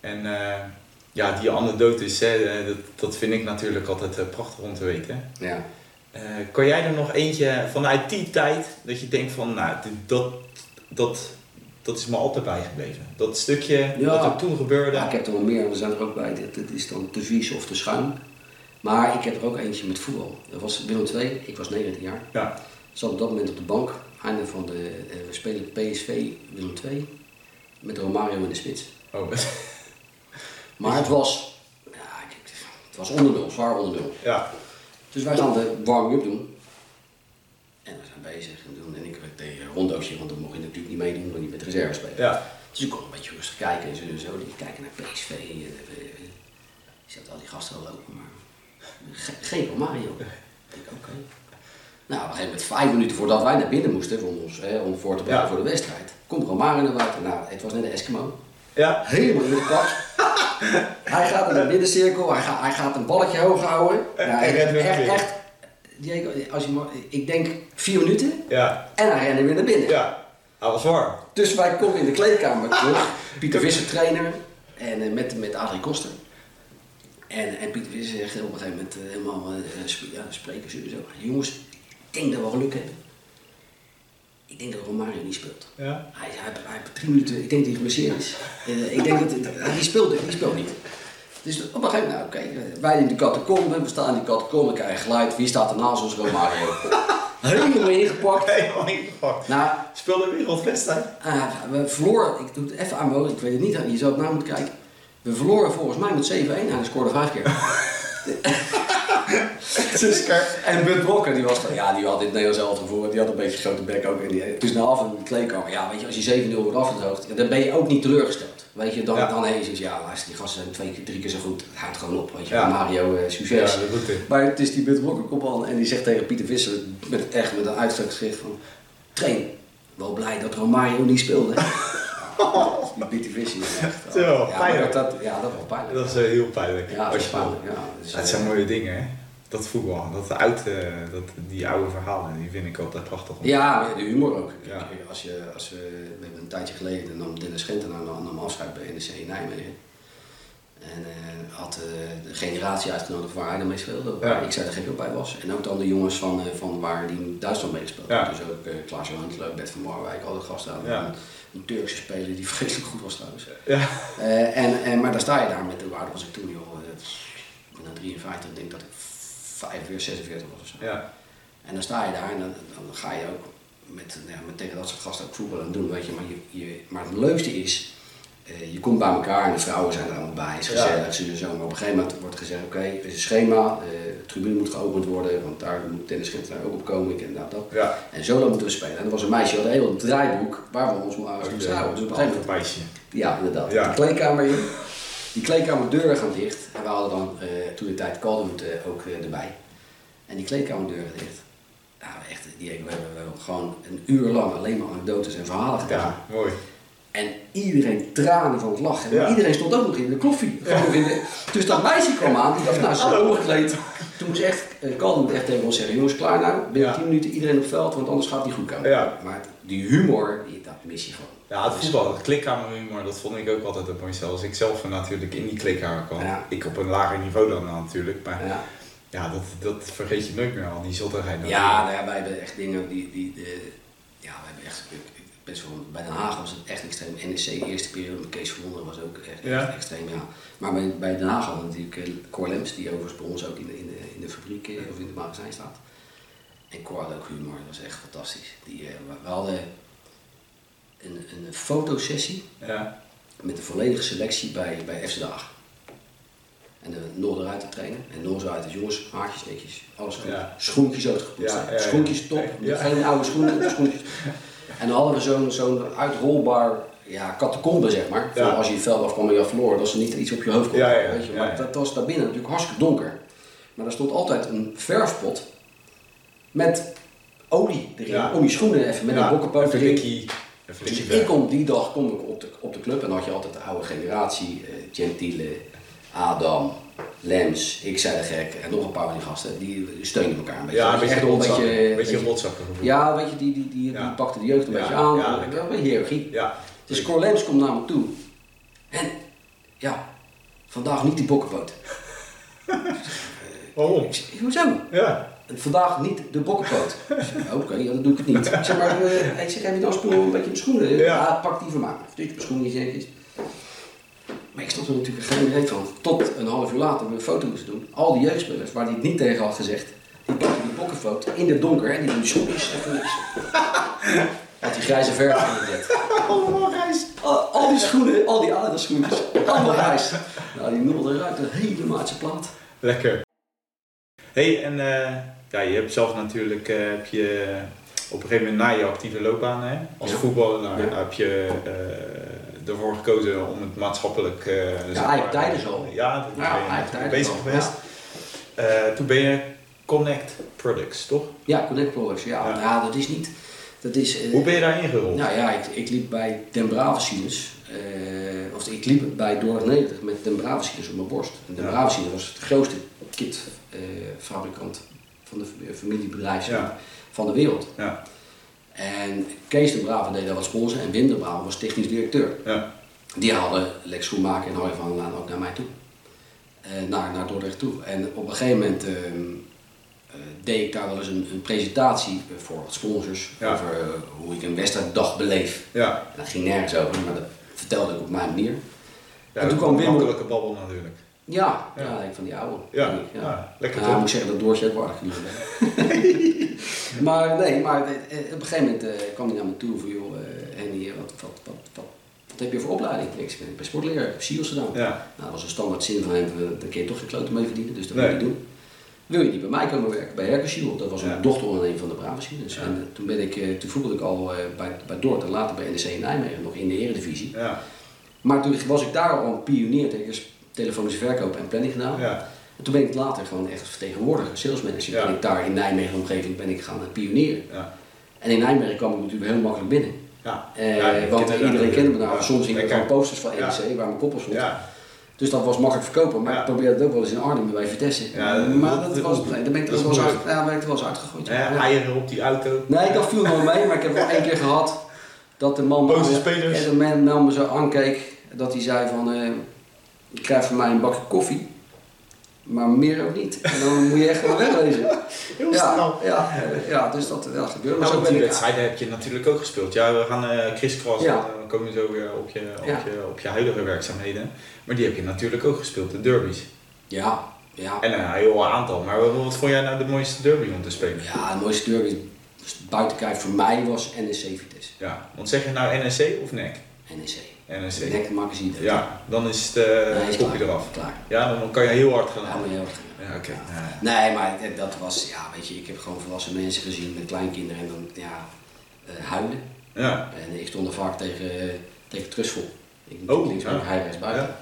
[SPEAKER 1] En eh, ja, die anekdotes, hè, eh, dat, dat vind ik natuurlijk altijd eh, prachtig om te weten.
[SPEAKER 2] Ja.
[SPEAKER 1] Eh, kan jij er nog eentje vanuit die tijd dat je denkt van, nou, dit- dat, dat, dat is me altijd bijgebleven. Dat stukje
[SPEAKER 2] Ja.
[SPEAKER 1] wat er toen gebeurde.
[SPEAKER 2] Ja, ik heb er wel meer, want er zijn er ook bij. Dat, dat is dan te vies of te schuim. Maar ik heb er ook eentje met voetbal. Dat was Willem II, ik was 19 jaar.
[SPEAKER 1] Ja,
[SPEAKER 2] Zat op dat moment op de bank. Einde van de, eh, we spelen PSV Willem II. Met Romario in de spits.
[SPEAKER 1] oh, <laughs>
[SPEAKER 2] Maar het was, ja, ik- het was onder nul, zwaar onder nul.
[SPEAKER 1] ja.
[SPEAKER 2] Dus wij gaan de warming-up doen. En we zijn bezig en doen. En ik werd tegen Rondootje, want dan mocht je natuurlijk niet meedoen, want je bent reserve spelen.
[SPEAKER 1] ja.
[SPEAKER 2] Dus ik kon een beetje rustig kijken en zo en zo. Die kijken naar PSV. En, eh, eh, Ik zag al die gasten wel lopen, maar ge- geen van mij,
[SPEAKER 1] <laughs>
[SPEAKER 2] joh. Ik denk, oké. Nou, op een gegeven moment, vijf minuten voordat wij naar binnen moesten, om, ons, hè, om voor te bereiden
[SPEAKER 1] Ja.
[SPEAKER 2] voor de wedstrijd, komt Romario naar buiten. Nou, het was net een Eskimo.
[SPEAKER 1] Ja.
[SPEAKER 2] Helemaal in de
[SPEAKER 1] <laughs>
[SPEAKER 2] kast. hij gaat in de middencirkel, hij, gaat hij gaat een balletje hoog houden.
[SPEAKER 1] En-
[SPEAKER 2] Ja,
[SPEAKER 1] en rent weer naar
[SPEAKER 2] echt,
[SPEAKER 1] binnen.
[SPEAKER 2] echt, Diego, als je, maar- ik denk vier minuten
[SPEAKER 1] Ja.
[SPEAKER 2] en hij rende weer naar binnen.
[SPEAKER 1] Ja. Hij was warm. <laughs>
[SPEAKER 2] Dus wij komen in de kleedkamer terug. Pieter Visser trainer en eh, met, met Adrie Koster. En, en Pieter Visser zegt op een gegeven moment eh, helemaal eh, sp- ja, spreken ze zo. Jongens, ik denk dat we geluk hebben. Ik denk dat Romario niet speelt.
[SPEAKER 1] Ja.
[SPEAKER 2] Hij, hij, hij heeft drie minuten, ik denk dat hij geblesseerd is. Eh, ik denk dat, hij die speelt, niet, die speelt niet. Dus op een gegeven moment, nou, oké, eh, wij in de catacombe, we staan in de catacombe, krijgen geluid. Wie staat er naast ons? Romario. Helemaal ingepakt.
[SPEAKER 1] Helemaal ingepakt.
[SPEAKER 2] Nou,
[SPEAKER 1] Speelde een wereldwedstrijd.
[SPEAKER 2] Ah, we verloren, ik doe het even aan mijn ogen, ik weet het niet, je zou het na moeten kijken. We verloren volgens mij met 7-1 en hij scoorde
[SPEAKER 1] <laughs>
[SPEAKER 2] vijf keer.
[SPEAKER 1] Zusker.
[SPEAKER 2] En Bud Brokker, die, was, ja, die had in het Nederlands elftal voor, die had een beetje grote bek ook. En die, dus na af en de kleedkamer, ja, weet je, als je 7-0 wordt afgedroogd, ja, dan ben je ook niet teleurgesteld. Weet je, dan,
[SPEAKER 1] Ja.
[SPEAKER 2] dan eens is, ja, luister, die gasten zijn twee keer, drie keer zo goed, het houdt gewoon op. Weet je,
[SPEAKER 1] Ja.
[SPEAKER 2] Mario, eh, succes.
[SPEAKER 1] Ja, dat doet hij.
[SPEAKER 2] maar het is die Bud Brokker komt aan en die zegt tegen Pieter Visser, met, echt met een uitgestrekt gezicht van, train, wel blij dat Romario niet
[SPEAKER 1] <laughs>
[SPEAKER 2] speelde. Die Pieter Visser is echt.
[SPEAKER 1] Zo,
[SPEAKER 2] ja, maar
[SPEAKER 1] pijnlijk.
[SPEAKER 2] Dat, dat, ja, dat was pijnlijk.
[SPEAKER 1] Dat is eh, heel pijnlijk.
[SPEAKER 2] ja,
[SPEAKER 1] als
[SPEAKER 2] dat was
[SPEAKER 1] je wil.
[SPEAKER 2] pijnlijk. Ja, dus,
[SPEAKER 1] Het
[SPEAKER 2] eh,
[SPEAKER 1] zijn mooie dingen, hè? Dat voetbal, dat oud, eh, dat, die oude verhalen, die vind ik altijd prachtig. om-
[SPEAKER 2] ja, maar de humor ook.
[SPEAKER 1] Ja.
[SPEAKER 2] Kijk, Als je, als we, we hebben een tijdje geleden nam Dennis Genten aan een ander afscheid bij NEC Nijmegen. En eh, had eh, de generatie uitgenodigd waar hij ermee speelde. Waar
[SPEAKER 1] Ja.
[SPEAKER 2] ik zei dat geen op bij was. En ook dan de jongens van, eh, van waar die in Duitsland mee gespeeld.
[SPEAKER 1] Ja.
[SPEAKER 2] Dus ook eh, Klaas Johan Leuk, Bert van Marwijk, al die gasten. aan.
[SPEAKER 1] Ja.
[SPEAKER 2] Een, een Turkse speler die <laughs> vreselijk goed was trouwens.
[SPEAKER 1] Ja.
[SPEAKER 2] Eh, en, en, maar daar sta je daar met de waarde was ik toen, joh. eh, Ik ben dan 53, ik denk dat ik 45, 46 was of zo.
[SPEAKER 1] Ja.
[SPEAKER 2] En dan sta je daar en dan, dan ga je ook met, nou ja, met tegen dat soort gasten ook voetballen en doen, weet je. Maar, je, je, maar het leukste is, eh, je komt bij elkaar en de vrouwen zijn er allemaal bij, is
[SPEAKER 1] Ja.
[SPEAKER 2] gezellig, zus en zo. Maar op een gegeven moment wordt gezegd, oké, er is een schema, eh de tribune moet geopend worden, want daar moet Dennis Ginter ook op komen, ik en dat, dat.
[SPEAKER 1] Ja.
[SPEAKER 2] En zo dan moeten we spelen. En er was een meisje, die had een heel draaiboek waar we ons maar aan moesten houden. Dus op een gegeven moment
[SPEAKER 1] eh, meisje.
[SPEAKER 2] ja, inderdaad.
[SPEAKER 1] Ja.
[SPEAKER 2] De kleedkamer in. Die kleedkamerdeuren gaan dicht. En we hadden dan eh, toen de tijd Calderwood eh, ook eh, erbij. En die kleedkamerdeuren dicht. Nou, echt, die, we hebben wel gewoon een uur lang alleen maar anekdotes en verhalen gedaan.
[SPEAKER 1] Ja, mooi.
[SPEAKER 2] En iedereen tranen van het lachen.
[SPEAKER 1] Ja.
[SPEAKER 2] En iedereen stond ook nog in de koffie. Gewoon nog in de- Dus dat meisje kwam aan, die dacht, nou, zo gekleed. Toen moest echt, eh, Calder moet echt tegen ons zeggen, jongens, klaar nou. Binnen
[SPEAKER 1] Ja.
[SPEAKER 2] 10 minuten iedereen op het veld, want anders gaat het niet goed komen.
[SPEAKER 1] Ja.
[SPEAKER 2] Maar het- die humor, die, dat mis je gewoon.
[SPEAKER 1] Ja, het voetbal, het klikkamerhumor, dat vond ik ook altijd het mooiste. Als ik zelf natuurlijk in die klikkamer kwam,
[SPEAKER 2] Ja.
[SPEAKER 1] ik op een lager niveau dan natuurlijk, maar ja,
[SPEAKER 2] Ja.
[SPEAKER 1] dat, dat vergeet je nooit meer al, die zotterheid.
[SPEAKER 2] Ja, nou ja, wij hebben echt dingen die. die, de- ja, wij hebben echt best wel. Bij Den Haag was het echt extreem. NEC, eerste periode met Kees Verwonderen was ook echt,
[SPEAKER 1] Ja.
[SPEAKER 2] echt extreem. Ja. Maar bij, bij Den Haag hadden we natuurlijk eh, Cor Lems, die overigens bij ons ook in de, in de, in de fabriek eh, of in het magazijn staat. En Cor had ook humor, dat was echt fantastisch. Die, eh, we- we hadden een, een fotosessie
[SPEAKER 1] Ja,
[SPEAKER 2] met de volledige selectie bij, bij FC Daag. En de Noor eruit te trainen. En Noor zo uit de jongens, haartjes netjes, alles goed.
[SPEAKER 1] Ja.
[SPEAKER 2] Schoentjes uitgepoetst.
[SPEAKER 1] Ja,
[SPEAKER 2] hè.
[SPEAKER 1] ja, ja.
[SPEAKER 2] Schoentjes top,
[SPEAKER 1] Ja.
[SPEAKER 2] geen oude schoenen,
[SPEAKER 1] <laughs>
[SPEAKER 2] maar schoentjes. En dan hadden we zo'n zo'n uitholbaar ja, catacombe, zeg maar. Voor
[SPEAKER 1] Ja.
[SPEAKER 2] Als je het veld afkwam en je had verloren, dat ze niet iets op je hoofd kon.
[SPEAKER 1] Ja, ja,
[SPEAKER 2] weet je.
[SPEAKER 1] ja,
[SPEAKER 2] Maar
[SPEAKER 1] ja.
[SPEAKER 2] dat was daarbinnen natuurlijk hartstikke donker. Maar daar stond altijd een verfpot met olie erin.
[SPEAKER 1] Ja.
[SPEAKER 2] Om je schoenen even met
[SPEAKER 1] ja,
[SPEAKER 2] een bokkenpoot
[SPEAKER 1] even
[SPEAKER 2] erin.
[SPEAKER 1] likkie, even
[SPEAKER 2] Dus
[SPEAKER 1] likkie
[SPEAKER 2] ik
[SPEAKER 1] weg.
[SPEAKER 2] kom die dag kom ik op, de, op de club en dan had je altijd de oude generatie, eh Gentile, Adam, Lems, ik zei de gek en nog een paar van die gasten, die steunden elkaar een beetje.
[SPEAKER 1] Ja, een
[SPEAKER 2] Dat is
[SPEAKER 1] beetje
[SPEAKER 2] echt wel
[SPEAKER 1] rotzakken, een beetje
[SPEAKER 2] beetje- eh,
[SPEAKER 1] rotzakken gevoel.
[SPEAKER 2] Ja, weet je, die, die, die, die
[SPEAKER 1] Ja.
[SPEAKER 2] pakte de jeugd een
[SPEAKER 1] Ja,
[SPEAKER 2] beetje aan,
[SPEAKER 1] ja,
[SPEAKER 2] ja, wel een hiërarchie.
[SPEAKER 1] Ja,
[SPEAKER 2] Dus Cor Lems komt naar me toe en ja, vandaag niet die bokkenpoot.
[SPEAKER 1] waarom?
[SPEAKER 2] Ik zeg, hoezo?
[SPEAKER 1] Ja, <laughs>
[SPEAKER 2] En Vandaag niet de bokkenpoot. Ik zeg, "Nou, Oké, ja, dan doe ik het niet. Ik zeg, maar, eh, ik zeg, heb je dan spullen een beetje op mijn schoenen? Ja.
[SPEAKER 1] Ja.
[SPEAKER 2] pak die van mij. Of dit, mijn schoenen, netjes. Maar ik stond er natuurlijk geen reet van. Tot een half uur later we een foto moesten doen. Al die jeugdspelers waar hij het niet tegen had gezegd, die pakten die bokkenpoot in het donker. En die doen die schoenjes even <laughs> niks. Had die grijze verf ingezet.
[SPEAKER 1] allemaal reis.
[SPEAKER 2] Al, al die schoenen, al die Adidas schoentjes, allemaal grijs. Nou, die nulde eruit, een hele maatse plaat.
[SPEAKER 1] Lekker. hey, en eh, ja, je hebt zelf natuurlijk eh, heb je, op een gegeven moment na je actieve loopbaan hè, als
[SPEAKER 2] Ja.
[SPEAKER 1] voetballer nou,
[SPEAKER 2] Ja.
[SPEAKER 1] heb je eh, ervoor gekozen om het maatschappelijk... eh, zeg maar-
[SPEAKER 2] eigenlijk tijdens al.
[SPEAKER 1] Ja, dat
[SPEAKER 2] Ja,
[SPEAKER 1] ben je
[SPEAKER 2] eigenlijk
[SPEAKER 1] natuurlijk
[SPEAKER 2] tijdens
[SPEAKER 1] bezig
[SPEAKER 2] al,
[SPEAKER 1] geweest. Eh, toen ben je Connect Products, toch?
[SPEAKER 2] Ja, Connect Products, ja.
[SPEAKER 1] Ja.
[SPEAKER 2] Ja, dat is niet. Dat is, eh,
[SPEAKER 1] Hoe ben je daar ingerold?
[SPEAKER 2] Nou ja, ik, ik liep bij Den Bravensinus, eh, of ik liep bij Dordrecht 90 met Den Bravensinus op mijn borst. En Den
[SPEAKER 1] Ja.
[SPEAKER 2] Bravensinus was het grootste kitfabrikant van de fam- familiebedrijf
[SPEAKER 1] Ja.
[SPEAKER 2] van de wereld.
[SPEAKER 1] Ja.
[SPEAKER 2] En Kees de Braven deed daar wat sponsoren en Wim de Braven was technisch directeur.
[SPEAKER 1] Ja.
[SPEAKER 2] Die haalden Lex Schoenmaker en Harry van der Laan ook naar mij toe. Eh, naar, naar Dordrecht toe. En op een gegeven moment ehm, eh, deed ik daar wel eens een, een presentatie eh, voor wat sponsors.
[SPEAKER 1] Ja.
[SPEAKER 2] Over eh, hoe ik een wedstrijddag beleef.
[SPEAKER 1] Ja.
[SPEAKER 2] En dat ging nergens over, maar dat vertelde ik op mijn manier.
[SPEAKER 1] ja
[SPEAKER 2] En toen
[SPEAKER 1] dat
[SPEAKER 2] kwam
[SPEAKER 1] is een
[SPEAKER 2] Wim-
[SPEAKER 1] makkelijke babbel natuurlijk.
[SPEAKER 2] Ja,
[SPEAKER 1] Ja.
[SPEAKER 2] ja. ik van die oude.
[SPEAKER 1] Ja,
[SPEAKER 2] denk ik,
[SPEAKER 1] ja, lekker
[SPEAKER 2] Nou,
[SPEAKER 1] toch?
[SPEAKER 2] moet ik zeggen dat Doortje ook wel aardig genoeg
[SPEAKER 1] <laughs>
[SPEAKER 2] is. Maar nee, maar eh, op een gegeven moment eh, kwam hij naar me toe van joh, eh, Henny, wat, wat, wat, wat, wat heb je voor opleiding? Ik ben bij sportleraar, ik heb SIOS gedaan.
[SPEAKER 1] Ja.
[SPEAKER 2] Nou, dat was een standaard zin van hem, eh, daar kun je toch geen klote mee verdienen, dus dat
[SPEAKER 1] Nee.
[SPEAKER 2] wil je niet doen. Wil je niet bij mij komen werken, bij Hercusiel? Dat was een
[SPEAKER 1] Ja.
[SPEAKER 2] dochteronderneming van de Braamachines. En eh, toen, ben ik, eh, toen voelde ik al eh, bij, bij Dordt en later bij NEC in Nijmegen, nog in de Eredivisie.
[SPEAKER 1] Ja.
[SPEAKER 2] Maar toen was ik daar al een pionier tegen telefonische verkoop en planning gedaan.
[SPEAKER 1] Ja.
[SPEAKER 2] En toen ben ik later gewoon echt vertegenwoordiger, salesmanager.
[SPEAKER 1] Ja.
[SPEAKER 2] Ben ik daar in Nijmegen omgeving ben ik gaan eh, pionieren.
[SPEAKER 1] Ja.
[SPEAKER 2] En in Nijmegen kwam ik natuurlijk heel makkelijk binnen.
[SPEAKER 1] Ja.
[SPEAKER 2] Eh,
[SPEAKER 1] Ja, je
[SPEAKER 2] want
[SPEAKER 1] kent
[SPEAKER 2] iedereen
[SPEAKER 1] het
[SPEAKER 2] kende me
[SPEAKER 1] wel.
[SPEAKER 2] daar.
[SPEAKER 1] Ja.
[SPEAKER 2] Soms hingen er
[SPEAKER 1] Lekker.
[SPEAKER 2] gewoon posters van
[SPEAKER 1] Ja.
[SPEAKER 2] NEC waar mijn kop op stond.
[SPEAKER 1] Ja.
[SPEAKER 2] Dus dat was makkelijk verkopen. Maar
[SPEAKER 1] Ja.
[SPEAKER 2] ik probeerde het ook wel eens in Arnhem bij Vitesse.
[SPEAKER 1] Ja, dat-
[SPEAKER 2] maar
[SPEAKER 1] dat-
[SPEAKER 2] dat, was, nee, daar ben
[SPEAKER 1] dat
[SPEAKER 2] ik er
[SPEAKER 1] is
[SPEAKER 2] wel eens uit,
[SPEAKER 1] moeilijk.
[SPEAKER 2] ja, ben ik er wel eens uitgegooid. ja.
[SPEAKER 1] Eh,
[SPEAKER 2] Ja.
[SPEAKER 1] eieren op die auto.
[SPEAKER 2] Nee, dat viel wel mee, maar ik heb wel één keer gehad dat de man
[SPEAKER 1] Boze
[SPEAKER 2] ja,
[SPEAKER 1] spelers.
[SPEAKER 2] ja, de man nam me zo aankeek dat hij zei van, eh, je krijgt van mij een bakje koffie, maar meer ook niet. En dan moet je echt wel wegwezen.
[SPEAKER 1] <laughs> Heel
[SPEAKER 2] Ja, ja, eh, ja, dus dat, ja, dat gebeurde. Maar
[SPEAKER 1] Nou,
[SPEAKER 2] zo
[SPEAKER 1] op die
[SPEAKER 2] ben ik.
[SPEAKER 1] wedstrijden heb je natuurlijk ook gespeeld. Ja, we gaan eh crisscross,
[SPEAKER 2] Ja.
[SPEAKER 1] dan eh, komen we zo weer op je, op,
[SPEAKER 2] Ja.
[SPEAKER 1] je, op je huidige werkzaamheden. Maar die heb je natuurlijk ook gespeeld, de derbies.
[SPEAKER 2] Ja, ja.
[SPEAKER 1] En een heel aantal. Maar wat- wat vond jij nou de mooiste derby om te spelen?
[SPEAKER 2] Ja, de mooiste derby buiten kijf voor mij was NEC Vitesse.
[SPEAKER 1] Ja, want zeg je nou NEC of NEC?
[SPEAKER 2] NEC.
[SPEAKER 1] NEC.
[SPEAKER 2] Nek maken ze niet.
[SPEAKER 1] E Ja, dan is het eh,
[SPEAKER 2] E Nee, is
[SPEAKER 1] kopje
[SPEAKER 2] klaar.
[SPEAKER 1] eraf.
[SPEAKER 2] Klaar.
[SPEAKER 1] Ja, dan kan je heel hard gaan
[SPEAKER 2] Ja, maar
[SPEAKER 1] halen.
[SPEAKER 2] heel erg.
[SPEAKER 1] Ja, oké. Ja.
[SPEAKER 2] Nee, maar dat- dat was, ja, weet je, ik heb gewoon volwassen mensen gezien met kleinkinderen en dan, ja, eh, huilen.
[SPEAKER 1] Ja.
[SPEAKER 2] En ik stond er vaak tegen, eh, tegen Trusvel. Ik
[SPEAKER 1] Oh,
[SPEAKER 2] oh, links
[SPEAKER 1] ja.
[SPEAKER 2] maar hij rechts buiten.
[SPEAKER 1] Ja.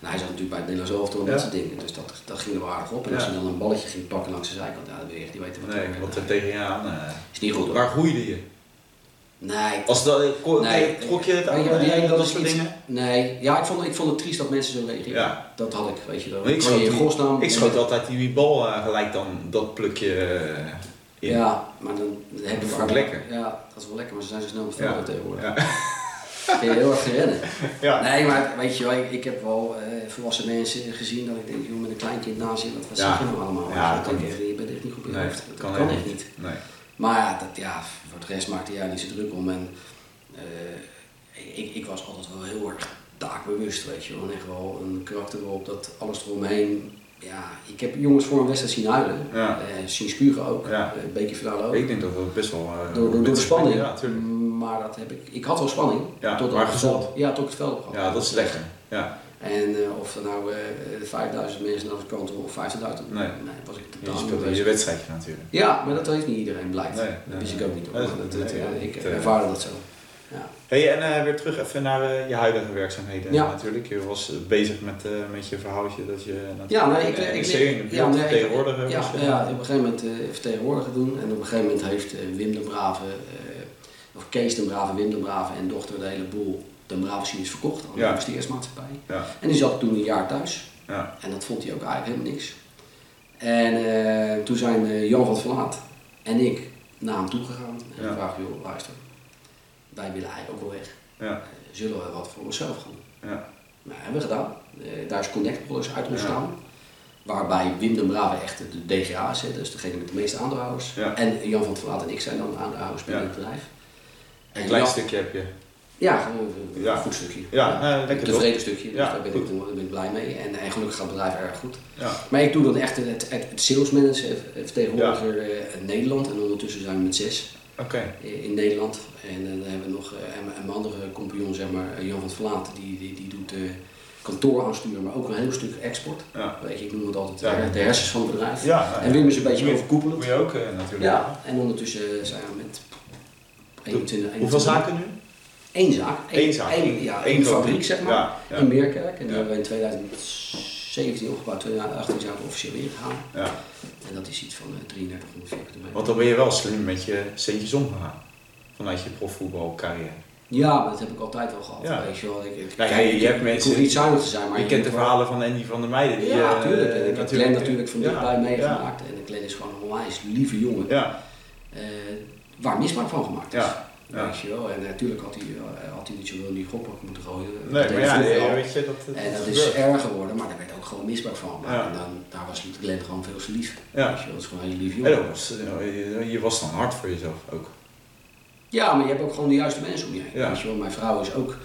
[SPEAKER 2] En hij zat natuurlijk bij het Nederlands elftal en
[SPEAKER 1] Ja.
[SPEAKER 2] dat soort dingen, dus dat, dat ging er wel aardig op. En als
[SPEAKER 1] Ja.
[SPEAKER 2] hij dan een balletje ging pakken langs de zijkant, ja, dan wil je echt niet weten wat
[SPEAKER 1] Nee,
[SPEAKER 2] er
[SPEAKER 1] wat er tegen je aan. eh,
[SPEAKER 2] is niet goed hoor.
[SPEAKER 1] waar groeide je?
[SPEAKER 2] Nee,
[SPEAKER 1] Als dat, eh, ko-
[SPEAKER 2] nee.
[SPEAKER 1] trok je het
[SPEAKER 2] Weet
[SPEAKER 1] aan?
[SPEAKER 2] wat, die-
[SPEAKER 1] eh, dat
[SPEAKER 2] is
[SPEAKER 1] soort
[SPEAKER 2] iets-
[SPEAKER 1] dingen?
[SPEAKER 2] Nee, ja, ik vond, ik vond het triest dat mensen zo reageerden.
[SPEAKER 1] Ja.
[SPEAKER 2] Dat had ik, weet je wel.
[SPEAKER 1] Maar ik
[SPEAKER 2] Kan je
[SPEAKER 1] schoot
[SPEAKER 2] in
[SPEAKER 1] die-
[SPEAKER 2] godsnaam-
[SPEAKER 1] Ik schoot altijd die bal eh, gelijk dan dat plukje eh, in.
[SPEAKER 2] Ja, maar dan heb je
[SPEAKER 1] is
[SPEAKER 2] vaak-
[SPEAKER 1] ook lekker.
[SPEAKER 2] Ja, dat is wel lekker, maar ze zijn zo snel op het veld tegenwoordig.
[SPEAKER 1] Ja.
[SPEAKER 2] Kun je heel erg gaan rennen.
[SPEAKER 1] <laughs> Ja.
[SPEAKER 2] Nee, maar weet je wel, ik, ik heb wel eh, volwassen mensen gezien dat ik denk, joh, met een kleinkind naast je, wat, wat
[SPEAKER 1] Ja.
[SPEAKER 2] zeg je nou allemaal?
[SPEAKER 1] Ja, dat
[SPEAKER 2] dat denk
[SPEAKER 1] kan
[SPEAKER 2] ik echt, je bent echt niet goed bij je
[SPEAKER 1] Nee,
[SPEAKER 2] hoofd. Dat
[SPEAKER 1] kan
[SPEAKER 2] kan,
[SPEAKER 1] helemaal
[SPEAKER 2] echt niet.
[SPEAKER 1] Nee.
[SPEAKER 2] Maar ja, dat, ja, voor de rest maakte jij niet zo druk om. En, eh, ik, ik was altijd wel heel erg taakbewust, weet je wel. En echt wel een karakter waarop dat alles eromheen... Ja, ik heb jongens voor een wedstrijd zien huilen.
[SPEAKER 1] Ja.
[SPEAKER 2] Eh, zien spugen ook.
[SPEAKER 1] Ja.
[SPEAKER 2] eh, bekerfinale ook.
[SPEAKER 1] Ik denk dat dat best wel... eh,
[SPEAKER 2] Door, door, door de
[SPEAKER 1] mensen-
[SPEAKER 2] spanning.
[SPEAKER 1] Ja, tuurlijk.
[SPEAKER 2] maar dat heb ik. Ik had wel spanning.
[SPEAKER 1] Ja,
[SPEAKER 2] tot
[SPEAKER 1] maar
[SPEAKER 2] ik het
[SPEAKER 1] gezond.
[SPEAKER 2] veld- Ja, tot ik het veld op had.
[SPEAKER 1] Ja, dat is lekker. Ja.
[SPEAKER 2] En eh, of er nou eh, 5000 mensen aan de kant of 50.000,
[SPEAKER 1] Nee.
[SPEAKER 2] was ik
[SPEAKER 1] Je
[SPEAKER 2] totaal niet mee
[SPEAKER 1] speelt in je
[SPEAKER 2] bezig.
[SPEAKER 1] wedstrijdje natuurlijk.
[SPEAKER 2] Ja, maar dat heeft niet iedereen blijkt.
[SPEAKER 1] Nee, nee,
[SPEAKER 2] dat wist ik
[SPEAKER 1] nee.
[SPEAKER 2] ook niet. Hoor.
[SPEAKER 1] Nee, dat-
[SPEAKER 2] Maar dat, dat-
[SPEAKER 1] nee,
[SPEAKER 2] ja,
[SPEAKER 1] ja,
[SPEAKER 2] ik
[SPEAKER 1] dat, eh,
[SPEAKER 2] ervaarde dat zo. Ja.
[SPEAKER 1] hey, en eh, weer terug even naar eh, je huidige werkzaamheden
[SPEAKER 2] Ja.
[SPEAKER 1] natuurlijk. Je was eh, bezig met, eh, met je verhaaltje dat je... Dat
[SPEAKER 2] Ja, nee, ik-
[SPEAKER 1] eh,
[SPEAKER 2] ik-
[SPEAKER 1] NEC
[SPEAKER 2] ik-
[SPEAKER 1] in de
[SPEAKER 2] ja,
[SPEAKER 1] beeld
[SPEAKER 2] nee, ik-
[SPEAKER 1] vertegenwoordiger
[SPEAKER 2] Ja,
[SPEAKER 1] was je.
[SPEAKER 2] ja, op een gegeven moment eh vertegenwoordiger doen. En op een gegeven moment heeft eh, Wim de Brave, eh, of Kees de Brave, Wim de Brave en dochter de hele boel de Brave Series verkocht aan de
[SPEAKER 1] Ja.
[SPEAKER 2] investeersmaatschappij.
[SPEAKER 1] Ja.
[SPEAKER 2] En die zat toen een jaar thuis.
[SPEAKER 1] Ja.
[SPEAKER 2] En dat vond hij ook eigenlijk helemaal niks. En eh, toen zijn eh, Jan van het Verlaat en ik naar hem toe gegaan. En
[SPEAKER 1] Ja.
[SPEAKER 2] gevraagd, joh, luister, wij willen eigenlijk ook wel weg.
[SPEAKER 1] Ja.
[SPEAKER 2] Eh, Zullen we wat voor onszelf gaan doen?
[SPEAKER 1] Ja.
[SPEAKER 2] Nou, hebben we gedaan. Eh, daar is Connect Products uit ontstaan. Waarbij Wim de Brave echt de DGA zet, dus degene met de meeste aandeelhouders.
[SPEAKER 1] Ja.
[SPEAKER 2] En Jan van het Verlaat en ik zijn dan aandeelhouders bij
[SPEAKER 1] Ja.
[SPEAKER 2] dit bedrijf.
[SPEAKER 1] Een klein
[SPEAKER 2] Jan-
[SPEAKER 1] stukje heb je.
[SPEAKER 2] Ja, gewoon een
[SPEAKER 1] Ja.
[SPEAKER 2] goed stukje.
[SPEAKER 1] Ja, eh, lekker
[SPEAKER 2] een tevreden stukje, dus
[SPEAKER 1] Ja,
[SPEAKER 2] daar ben
[SPEAKER 1] goed.
[SPEAKER 2] ik, daar ben ik blij mee. En, en gelukkig gaat het bedrijf erg goed.
[SPEAKER 1] Ja.
[SPEAKER 2] Maar ik doe dan echt het, het, het salesmanager, eh, vertegenwoordiger eh, in Nederland. En ondertussen zijn we met zes
[SPEAKER 1] Oké.
[SPEAKER 2] eh, in Nederland. En eh, dan hebben we nog eh, en, en mijn andere compagnon, zeg maar, eh, Jan van het Verlaat, die, die, die doet eh, kantoor aansturen, maar ook een heel stuk export.
[SPEAKER 1] Ja.
[SPEAKER 2] Weet je, ik noem het altijd
[SPEAKER 1] Ja.
[SPEAKER 2] eh, de hersens van het bedrijf.
[SPEAKER 1] Ja, nou
[SPEAKER 2] En Wim is een beetje
[SPEAKER 1] Moet je-
[SPEAKER 2] overkoepelend.
[SPEAKER 1] Moet je ook eh, natuurlijk.
[SPEAKER 2] Ja, en ondertussen zijn we met 21,
[SPEAKER 1] Hoeveel
[SPEAKER 2] 21
[SPEAKER 1] zaken nu?
[SPEAKER 2] één zaak.
[SPEAKER 1] Eén zaak.
[SPEAKER 2] één- ja, één
[SPEAKER 1] Eén
[SPEAKER 2] fabriek,
[SPEAKER 1] fabriek.
[SPEAKER 2] zeg maar.
[SPEAKER 1] Ja, ja.
[SPEAKER 2] In Meerkerk. En die
[SPEAKER 1] Ja.
[SPEAKER 2] hebben we in 2017 opgebouwd. 2018 zijn we officieel ingegaan.
[SPEAKER 1] Ja.
[SPEAKER 2] En dat is iets van eh, 3300 vierkante meter.
[SPEAKER 1] Want dan ben je wel slim met je centjes omgegaan. Vanuit je profvoetbalcarrière.
[SPEAKER 2] Ja, maar dat heb ik altijd al gehad.
[SPEAKER 1] Ja.
[SPEAKER 2] Weet je wel. Ik, ik,
[SPEAKER 1] Nou,
[SPEAKER 2] ik-
[SPEAKER 1] je- je
[SPEAKER 2] ik-
[SPEAKER 1] hebt
[SPEAKER 2] ik
[SPEAKER 1] mensen-
[SPEAKER 2] hoef niet zuinig te zijn, maar
[SPEAKER 1] Maar je
[SPEAKER 2] ik
[SPEAKER 1] kent de
[SPEAKER 2] moet
[SPEAKER 1] verhalen van Andy van der Meijden. Die,
[SPEAKER 2] ja,
[SPEAKER 1] eh,
[SPEAKER 2] natuurlijk. En ik heb Glenn natuurlijk van
[SPEAKER 1] ja,
[SPEAKER 2] dichtbij
[SPEAKER 1] Ja,
[SPEAKER 2] meegemaakt. En Glenn is gewoon een onwijs lieve jongen.
[SPEAKER 1] ja,
[SPEAKER 2] eh, waar misbruik van gemaakt is.
[SPEAKER 1] ja. ja.
[SPEAKER 2] Weet je wel. En natuurlijk had hij, eh, had hij niet zoveel in die groep moeten gooien. Dat
[SPEAKER 1] Nee,
[SPEAKER 2] deed
[SPEAKER 1] maar
[SPEAKER 2] hij
[SPEAKER 1] ja,
[SPEAKER 2] vroeger
[SPEAKER 1] nee,
[SPEAKER 2] al.
[SPEAKER 1] weet je, dat,
[SPEAKER 2] En Eh, dat is
[SPEAKER 1] gebeurt.
[SPEAKER 2] erg geworden, maar daar werd ook gewoon misbruik van gemaakt.
[SPEAKER 1] Ja.
[SPEAKER 2] En dan, daar was Glenn gewoon veel te lief.
[SPEAKER 1] Ja.
[SPEAKER 2] Weet je wel. Dat is gewoon een hele lieve
[SPEAKER 1] Ja,
[SPEAKER 2] jongen.
[SPEAKER 1] dat was, eh, nou, je, je was dan hard voor jezelf ook.
[SPEAKER 2] Ja, maar je hebt ook gewoon de juiste mensen om je heen.
[SPEAKER 1] Ja.
[SPEAKER 2] Weet je wel, mijn vrouw is ook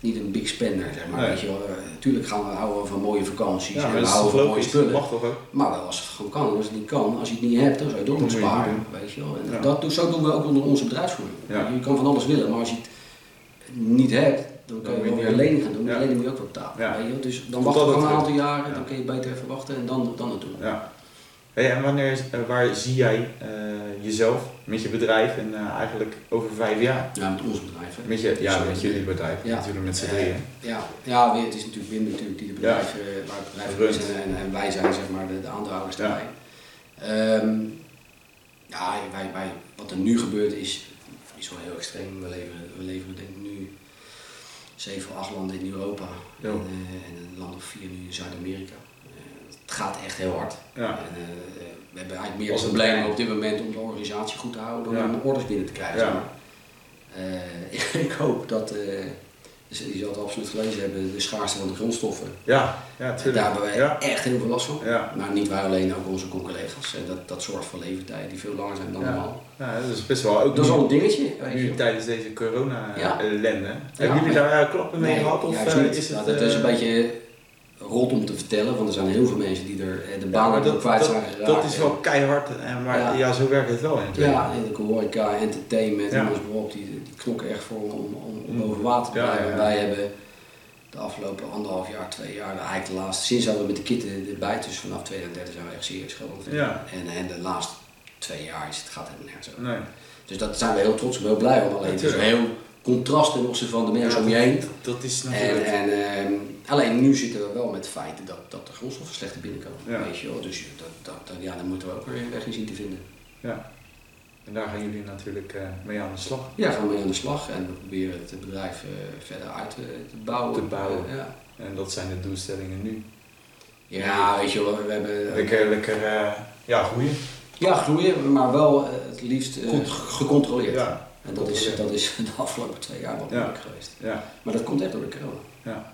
[SPEAKER 2] niet een big spender, zeg maar.
[SPEAKER 1] Nee.
[SPEAKER 2] Weet je wel, natuurlijk gaan we houden van mooie vakanties
[SPEAKER 1] Ja,
[SPEAKER 2] en
[SPEAKER 1] maar
[SPEAKER 2] we
[SPEAKER 1] dat is toch
[SPEAKER 2] houden van nou, mooie
[SPEAKER 1] logisch, dat mag
[SPEAKER 2] spullen.
[SPEAKER 1] toch ook?
[SPEAKER 2] Maar wel als het gewoon kan, als het niet kan, als je het niet hebt, dan zou je door moeten
[SPEAKER 1] Dan moet je het
[SPEAKER 2] sparen. Weet je wel. En
[SPEAKER 1] Ja.
[SPEAKER 2] dat, doen- zo doen we ook onder onze bedrijfsvoering.
[SPEAKER 1] Ja.
[SPEAKER 2] Je kan van alles willen, maar als je het niet hebt, dan kan
[SPEAKER 1] Dan
[SPEAKER 2] je
[SPEAKER 1] moet je
[SPEAKER 2] wel weer
[SPEAKER 1] het
[SPEAKER 2] een
[SPEAKER 1] doen.
[SPEAKER 2] lening gaan doen. Die
[SPEAKER 1] Ja.
[SPEAKER 2] lening moet je ook wel betalen.
[SPEAKER 1] Ja.
[SPEAKER 2] Weet je wel. Dus dan
[SPEAKER 1] Tot
[SPEAKER 2] wacht
[SPEAKER 1] dat
[SPEAKER 2] ik
[SPEAKER 1] het
[SPEAKER 2] een aantal
[SPEAKER 1] terug-
[SPEAKER 2] jaren,
[SPEAKER 1] Ja.
[SPEAKER 2] dan kun je beter even wachten en dan, dan het doen.
[SPEAKER 1] Ja. Hey, en wanneer, eh, waar zie jij eh, jezelf met je bedrijf en eh, eigenlijk over vijf jaar?
[SPEAKER 2] Ja, met ons bedrijf. hè.
[SPEAKER 1] Met je, ja,
[SPEAKER 2] Zo.
[SPEAKER 1] met jullie bedrijf,
[SPEAKER 2] Ja.
[SPEAKER 1] natuurlijk met z'n
[SPEAKER 2] Eh,
[SPEAKER 1] drieën.
[SPEAKER 2] Ja, ja weer, het is natuurlijk Wim natuurlijk die de
[SPEAKER 1] Ja.
[SPEAKER 2] bedrijf, eh, waar het bedrijf
[SPEAKER 1] Runt.
[SPEAKER 2] is en, en, en wij zijn zeg maar de, de aandeelhouders
[SPEAKER 1] Ja.
[SPEAKER 2] daarbij. Ehm, ja, wij, wij, wat er nu gebeurt is, is wel heel extreem. We leveren, we leveren denk ik nu zeven of acht landen in Europa
[SPEAKER 1] Ja.
[SPEAKER 2] en, eh, en een land of vier nu in Zuid-Amerika. Eh, het gaat echt heel hard.
[SPEAKER 1] Ja.
[SPEAKER 2] En, eh, we hebben eigenlijk meer
[SPEAKER 1] Als het-
[SPEAKER 2] problemen op dit moment om de organisatie goed te houden dan
[SPEAKER 1] Ja.
[SPEAKER 2] om orders binnen te krijgen.
[SPEAKER 1] Ja.
[SPEAKER 2] zeg maar. Eh, <laughs> ik hoop dat, eh, dus je zal het absoluut gelezen hebben, de schaarste van de grondstoffen.
[SPEAKER 1] Ja, ja,
[SPEAKER 2] Daar
[SPEAKER 1] tuurlijk.
[SPEAKER 2] hebben wij
[SPEAKER 1] Ja,
[SPEAKER 2] echt heel veel last van.
[SPEAKER 1] ja.
[SPEAKER 2] Nou, niet wij alleen, ook onze collega's. En dat, dat zorgt voor levertijden die veel langer zijn dan
[SPEAKER 1] Ja.
[SPEAKER 2] normaal.
[SPEAKER 1] ja, dat is best wel ook
[SPEAKER 2] Dat is
[SPEAKER 1] nu-
[SPEAKER 2] al een dingetje. weet je.
[SPEAKER 1] nu tijdens deze
[SPEAKER 2] Ja.
[SPEAKER 1] corona-ellende. Hebben jullie daar eh, klappen mee
[SPEAKER 2] Nee,
[SPEAKER 1] gehad? Of
[SPEAKER 2] juist
[SPEAKER 1] eh,
[SPEAKER 2] niet.
[SPEAKER 1] is het...
[SPEAKER 2] Nou, dat is een
[SPEAKER 1] eh,
[SPEAKER 2] beetje rot om te vertellen, want er zijn heel veel mensen die er eh, de
[SPEAKER 1] ja, maar
[SPEAKER 2] baan
[SPEAKER 1] dat-
[SPEAKER 2] kwijt
[SPEAKER 1] dat-
[SPEAKER 2] zijn geraakt.
[SPEAKER 1] Dat is
[SPEAKER 2] En-
[SPEAKER 1] wel keihard, en, maar
[SPEAKER 2] Ja.
[SPEAKER 1] ja. zo werkt het wel in het
[SPEAKER 2] Ja, in de horeca, entertainment,
[SPEAKER 1] Ja.
[SPEAKER 2] en alles bijvoorbeeld, die, die knokken echt voor om, om, om
[SPEAKER 1] Mm.
[SPEAKER 2] boven water te
[SPEAKER 1] Ja,
[SPEAKER 2] blijven.
[SPEAKER 1] ja, ja.
[SPEAKER 2] Wij hebben de afgelopen anderhalf jaar, twee jaar, nou, eigenlijk de laatste, sinds dat we met de kitten erbij, dus vanaf 2030 zijn we echt serieus gewoon.
[SPEAKER 1] Ja.
[SPEAKER 2] En, en de laatste twee jaar is het gaat helemaal nergens over.
[SPEAKER 1] Nee.
[SPEAKER 2] Dus daar zijn we heel trots op, heel blij om. Alleen het is een
[SPEAKER 1] Natuurlijk.
[SPEAKER 2] heel contrast ten opzichte van de mensen
[SPEAKER 1] Ja,
[SPEAKER 2] om je heen.
[SPEAKER 1] Dat is
[SPEAKER 2] En,
[SPEAKER 1] natuurlijk...
[SPEAKER 2] en, ehm, alleen nu zitten we wel met feiten dat, dat de grondstoffen slechter binnenkomen.
[SPEAKER 1] Ja.
[SPEAKER 2] Weet je wel. Dus dat, dat, dat- ja, daar moeten we ook weer een weg in zien te vinden.
[SPEAKER 1] ja. En daar gaan jullie natuurlijk eh, mee aan de slag.
[SPEAKER 2] Ja, gaan we mee aan de slag en we proberen het bedrijf eh, verder uit eh, te bouwen.
[SPEAKER 1] Te bouwen.
[SPEAKER 2] Eh, ja.
[SPEAKER 1] En dat zijn de doelstellingen nu.
[SPEAKER 2] ja, weet je wel, we hebben...
[SPEAKER 1] Lekker, lekker, eh, ja, groeien.
[SPEAKER 2] ja, groeien, maar wel eh, het liefst eh,
[SPEAKER 1] Goed.
[SPEAKER 2] gecontroleerd.
[SPEAKER 1] Ja,
[SPEAKER 2] En dat is, dat is <laughs> de afgelopen twee jaar wel
[SPEAKER 1] Ja.
[SPEAKER 2] moeilijk geweest.
[SPEAKER 1] ja,
[SPEAKER 2] Maar dat komt echt door de corona.
[SPEAKER 1] ja.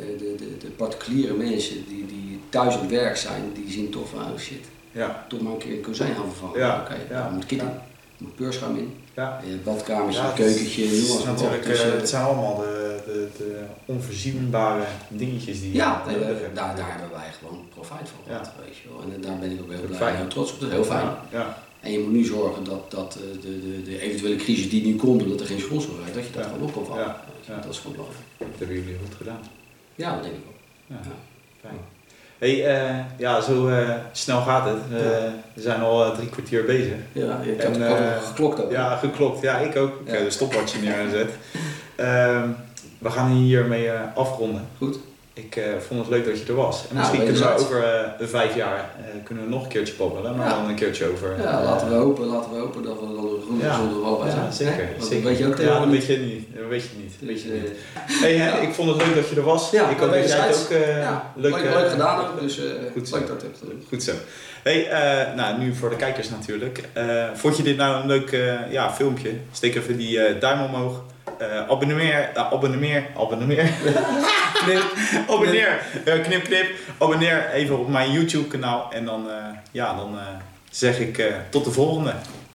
[SPEAKER 2] Eh, de, de, de particuliere mensen die, die thuis op werk zijn, die zien toch van, oh shit,
[SPEAKER 1] ja.
[SPEAKER 2] toch maar een keer een kozijn aanvallen.
[SPEAKER 1] Ja,
[SPEAKER 2] Oké,
[SPEAKER 1] ja.
[SPEAKER 2] daar moet kit in,
[SPEAKER 1] Ja.
[SPEAKER 2] daar moet beursruim in,
[SPEAKER 1] ja.
[SPEAKER 2] eh, badkamertje,
[SPEAKER 1] Ja, het is-
[SPEAKER 2] keukentje,
[SPEAKER 1] het
[SPEAKER 2] noem
[SPEAKER 1] is
[SPEAKER 2] maar eens op.
[SPEAKER 1] natuurlijk,
[SPEAKER 2] Dus,
[SPEAKER 1] eh,
[SPEAKER 2] eh,
[SPEAKER 1] het zijn allemaal de, de, de onverzienbare dingetjes die
[SPEAKER 2] Ja,
[SPEAKER 1] je
[SPEAKER 2] nee, eh, nou,
[SPEAKER 1] nodig
[SPEAKER 2] daar,
[SPEAKER 1] hebt.
[SPEAKER 2] daar, daar hebben wij gewoon profijt van gehad, weet je wel. En daar ben ik ook heel
[SPEAKER 1] Heel
[SPEAKER 2] blij
[SPEAKER 1] fijn.
[SPEAKER 2] en heel trots op. Dat is heel fijn.
[SPEAKER 1] Ja,
[SPEAKER 2] En je moet nu zorgen dat, dat eh, de, de, de eventuele crisis die nu komt, omdat er geen sponsor is, dat je dat
[SPEAKER 1] Ja.
[SPEAKER 2] gewoon op kan vangen.
[SPEAKER 1] Ja.
[SPEAKER 2] Weet je,
[SPEAKER 1] Ja.
[SPEAKER 2] Dat is gewoon belangrijk.
[SPEAKER 1] dat hebben jullie goed gedaan.
[SPEAKER 2] Ja, dat denk ik wel.
[SPEAKER 1] Ja,
[SPEAKER 2] Ja.
[SPEAKER 1] fijn. Hey, eh, ja, zo eh, snel gaat het. Eh, We zijn al eh, drie kwartier bezig.
[SPEAKER 2] Ja, ik
[SPEAKER 1] En,
[SPEAKER 2] had, ik
[SPEAKER 1] eh,
[SPEAKER 2] had hem geklokt ook.
[SPEAKER 1] Ja, geklopt. Ja, ik ook. Ik
[SPEAKER 2] Ja.
[SPEAKER 1] heb de stopwatch neer aanzet. Ehm, we gaan hiermee eh, afronden.
[SPEAKER 2] Goed.
[SPEAKER 1] Ik eh, vond het leuk dat je er was. En
[SPEAKER 2] Nou,
[SPEAKER 1] misschien kunnen we
[SPEAKER 2] wederzijds.
[SPEAKER 1] over eh, vijf jaar eh, kunnen we nog een keertje babbelen, maar
[SPEAKER 2] Ja.
[SPEAKER 1] dan een keertje over. eh,
[SPEAKER 2] Ja, laten we hopen, laten we hopen dat we dan een groene
[SPEAKER 1] Ja.
[SPEAKER 2] gezonde wal bij zijn.
[SPEAKER 1] Ja, zeker.
[SPEAKER 2] Oh, Hè? Want
[SPEAKER 1] zeker.
[SPEAKER 2] Dat weet je ook
[SPEAKER 1] ja, dat
[SPEAKER 2] tegenwoordig.
[SPEAKER 1] weet je niet. Dat weet je niet. Dat weet je
[SPEAKER 2] Dus,
[SPEAKER 1] niet.
[SPEAKER 2] eh,
[SPEAKER 1] Hey, hè,
[SPEAKER 2] ja.
[SPEAKER 1] Ik vond het leuk dat je er was.
[SPEAKER 2] Ja,
[SPEAKER 1] ik hoop dat jij het
[SPEAKER 2] wederzijds.
[SPEAKER 1] ook eh,
[SPEAKER 2] ja,
[SPEAKER 1] leuk,
[SPEAKER 2] leuk, leuk,
[SPEAKER 1] eh,
[SPEAKER 2] gedaan ook, dus eh
[SPEAKER 1] Goed
[SPEAKER 2] goed
[SPEAKER 1] zo.
[SPEAKER 2] leuk dat je hebt gedaan.
[SPEAKER 1] Goed zo. Hey, eh, nou, nu voor de kijkers natuurlijk. Eh, vond je dit nou een leuk eh, ja, filmpje? Steek even die eh, duim omhoog. Eh, abonneer, eh, abonneer, abonneer. <laughs> knip, abonneer, Eh, knip, knip. Abonneer even op mijn YouTube kanaal. En dan, eh, ja, dan eh, zeg ik eh, tot de volgende.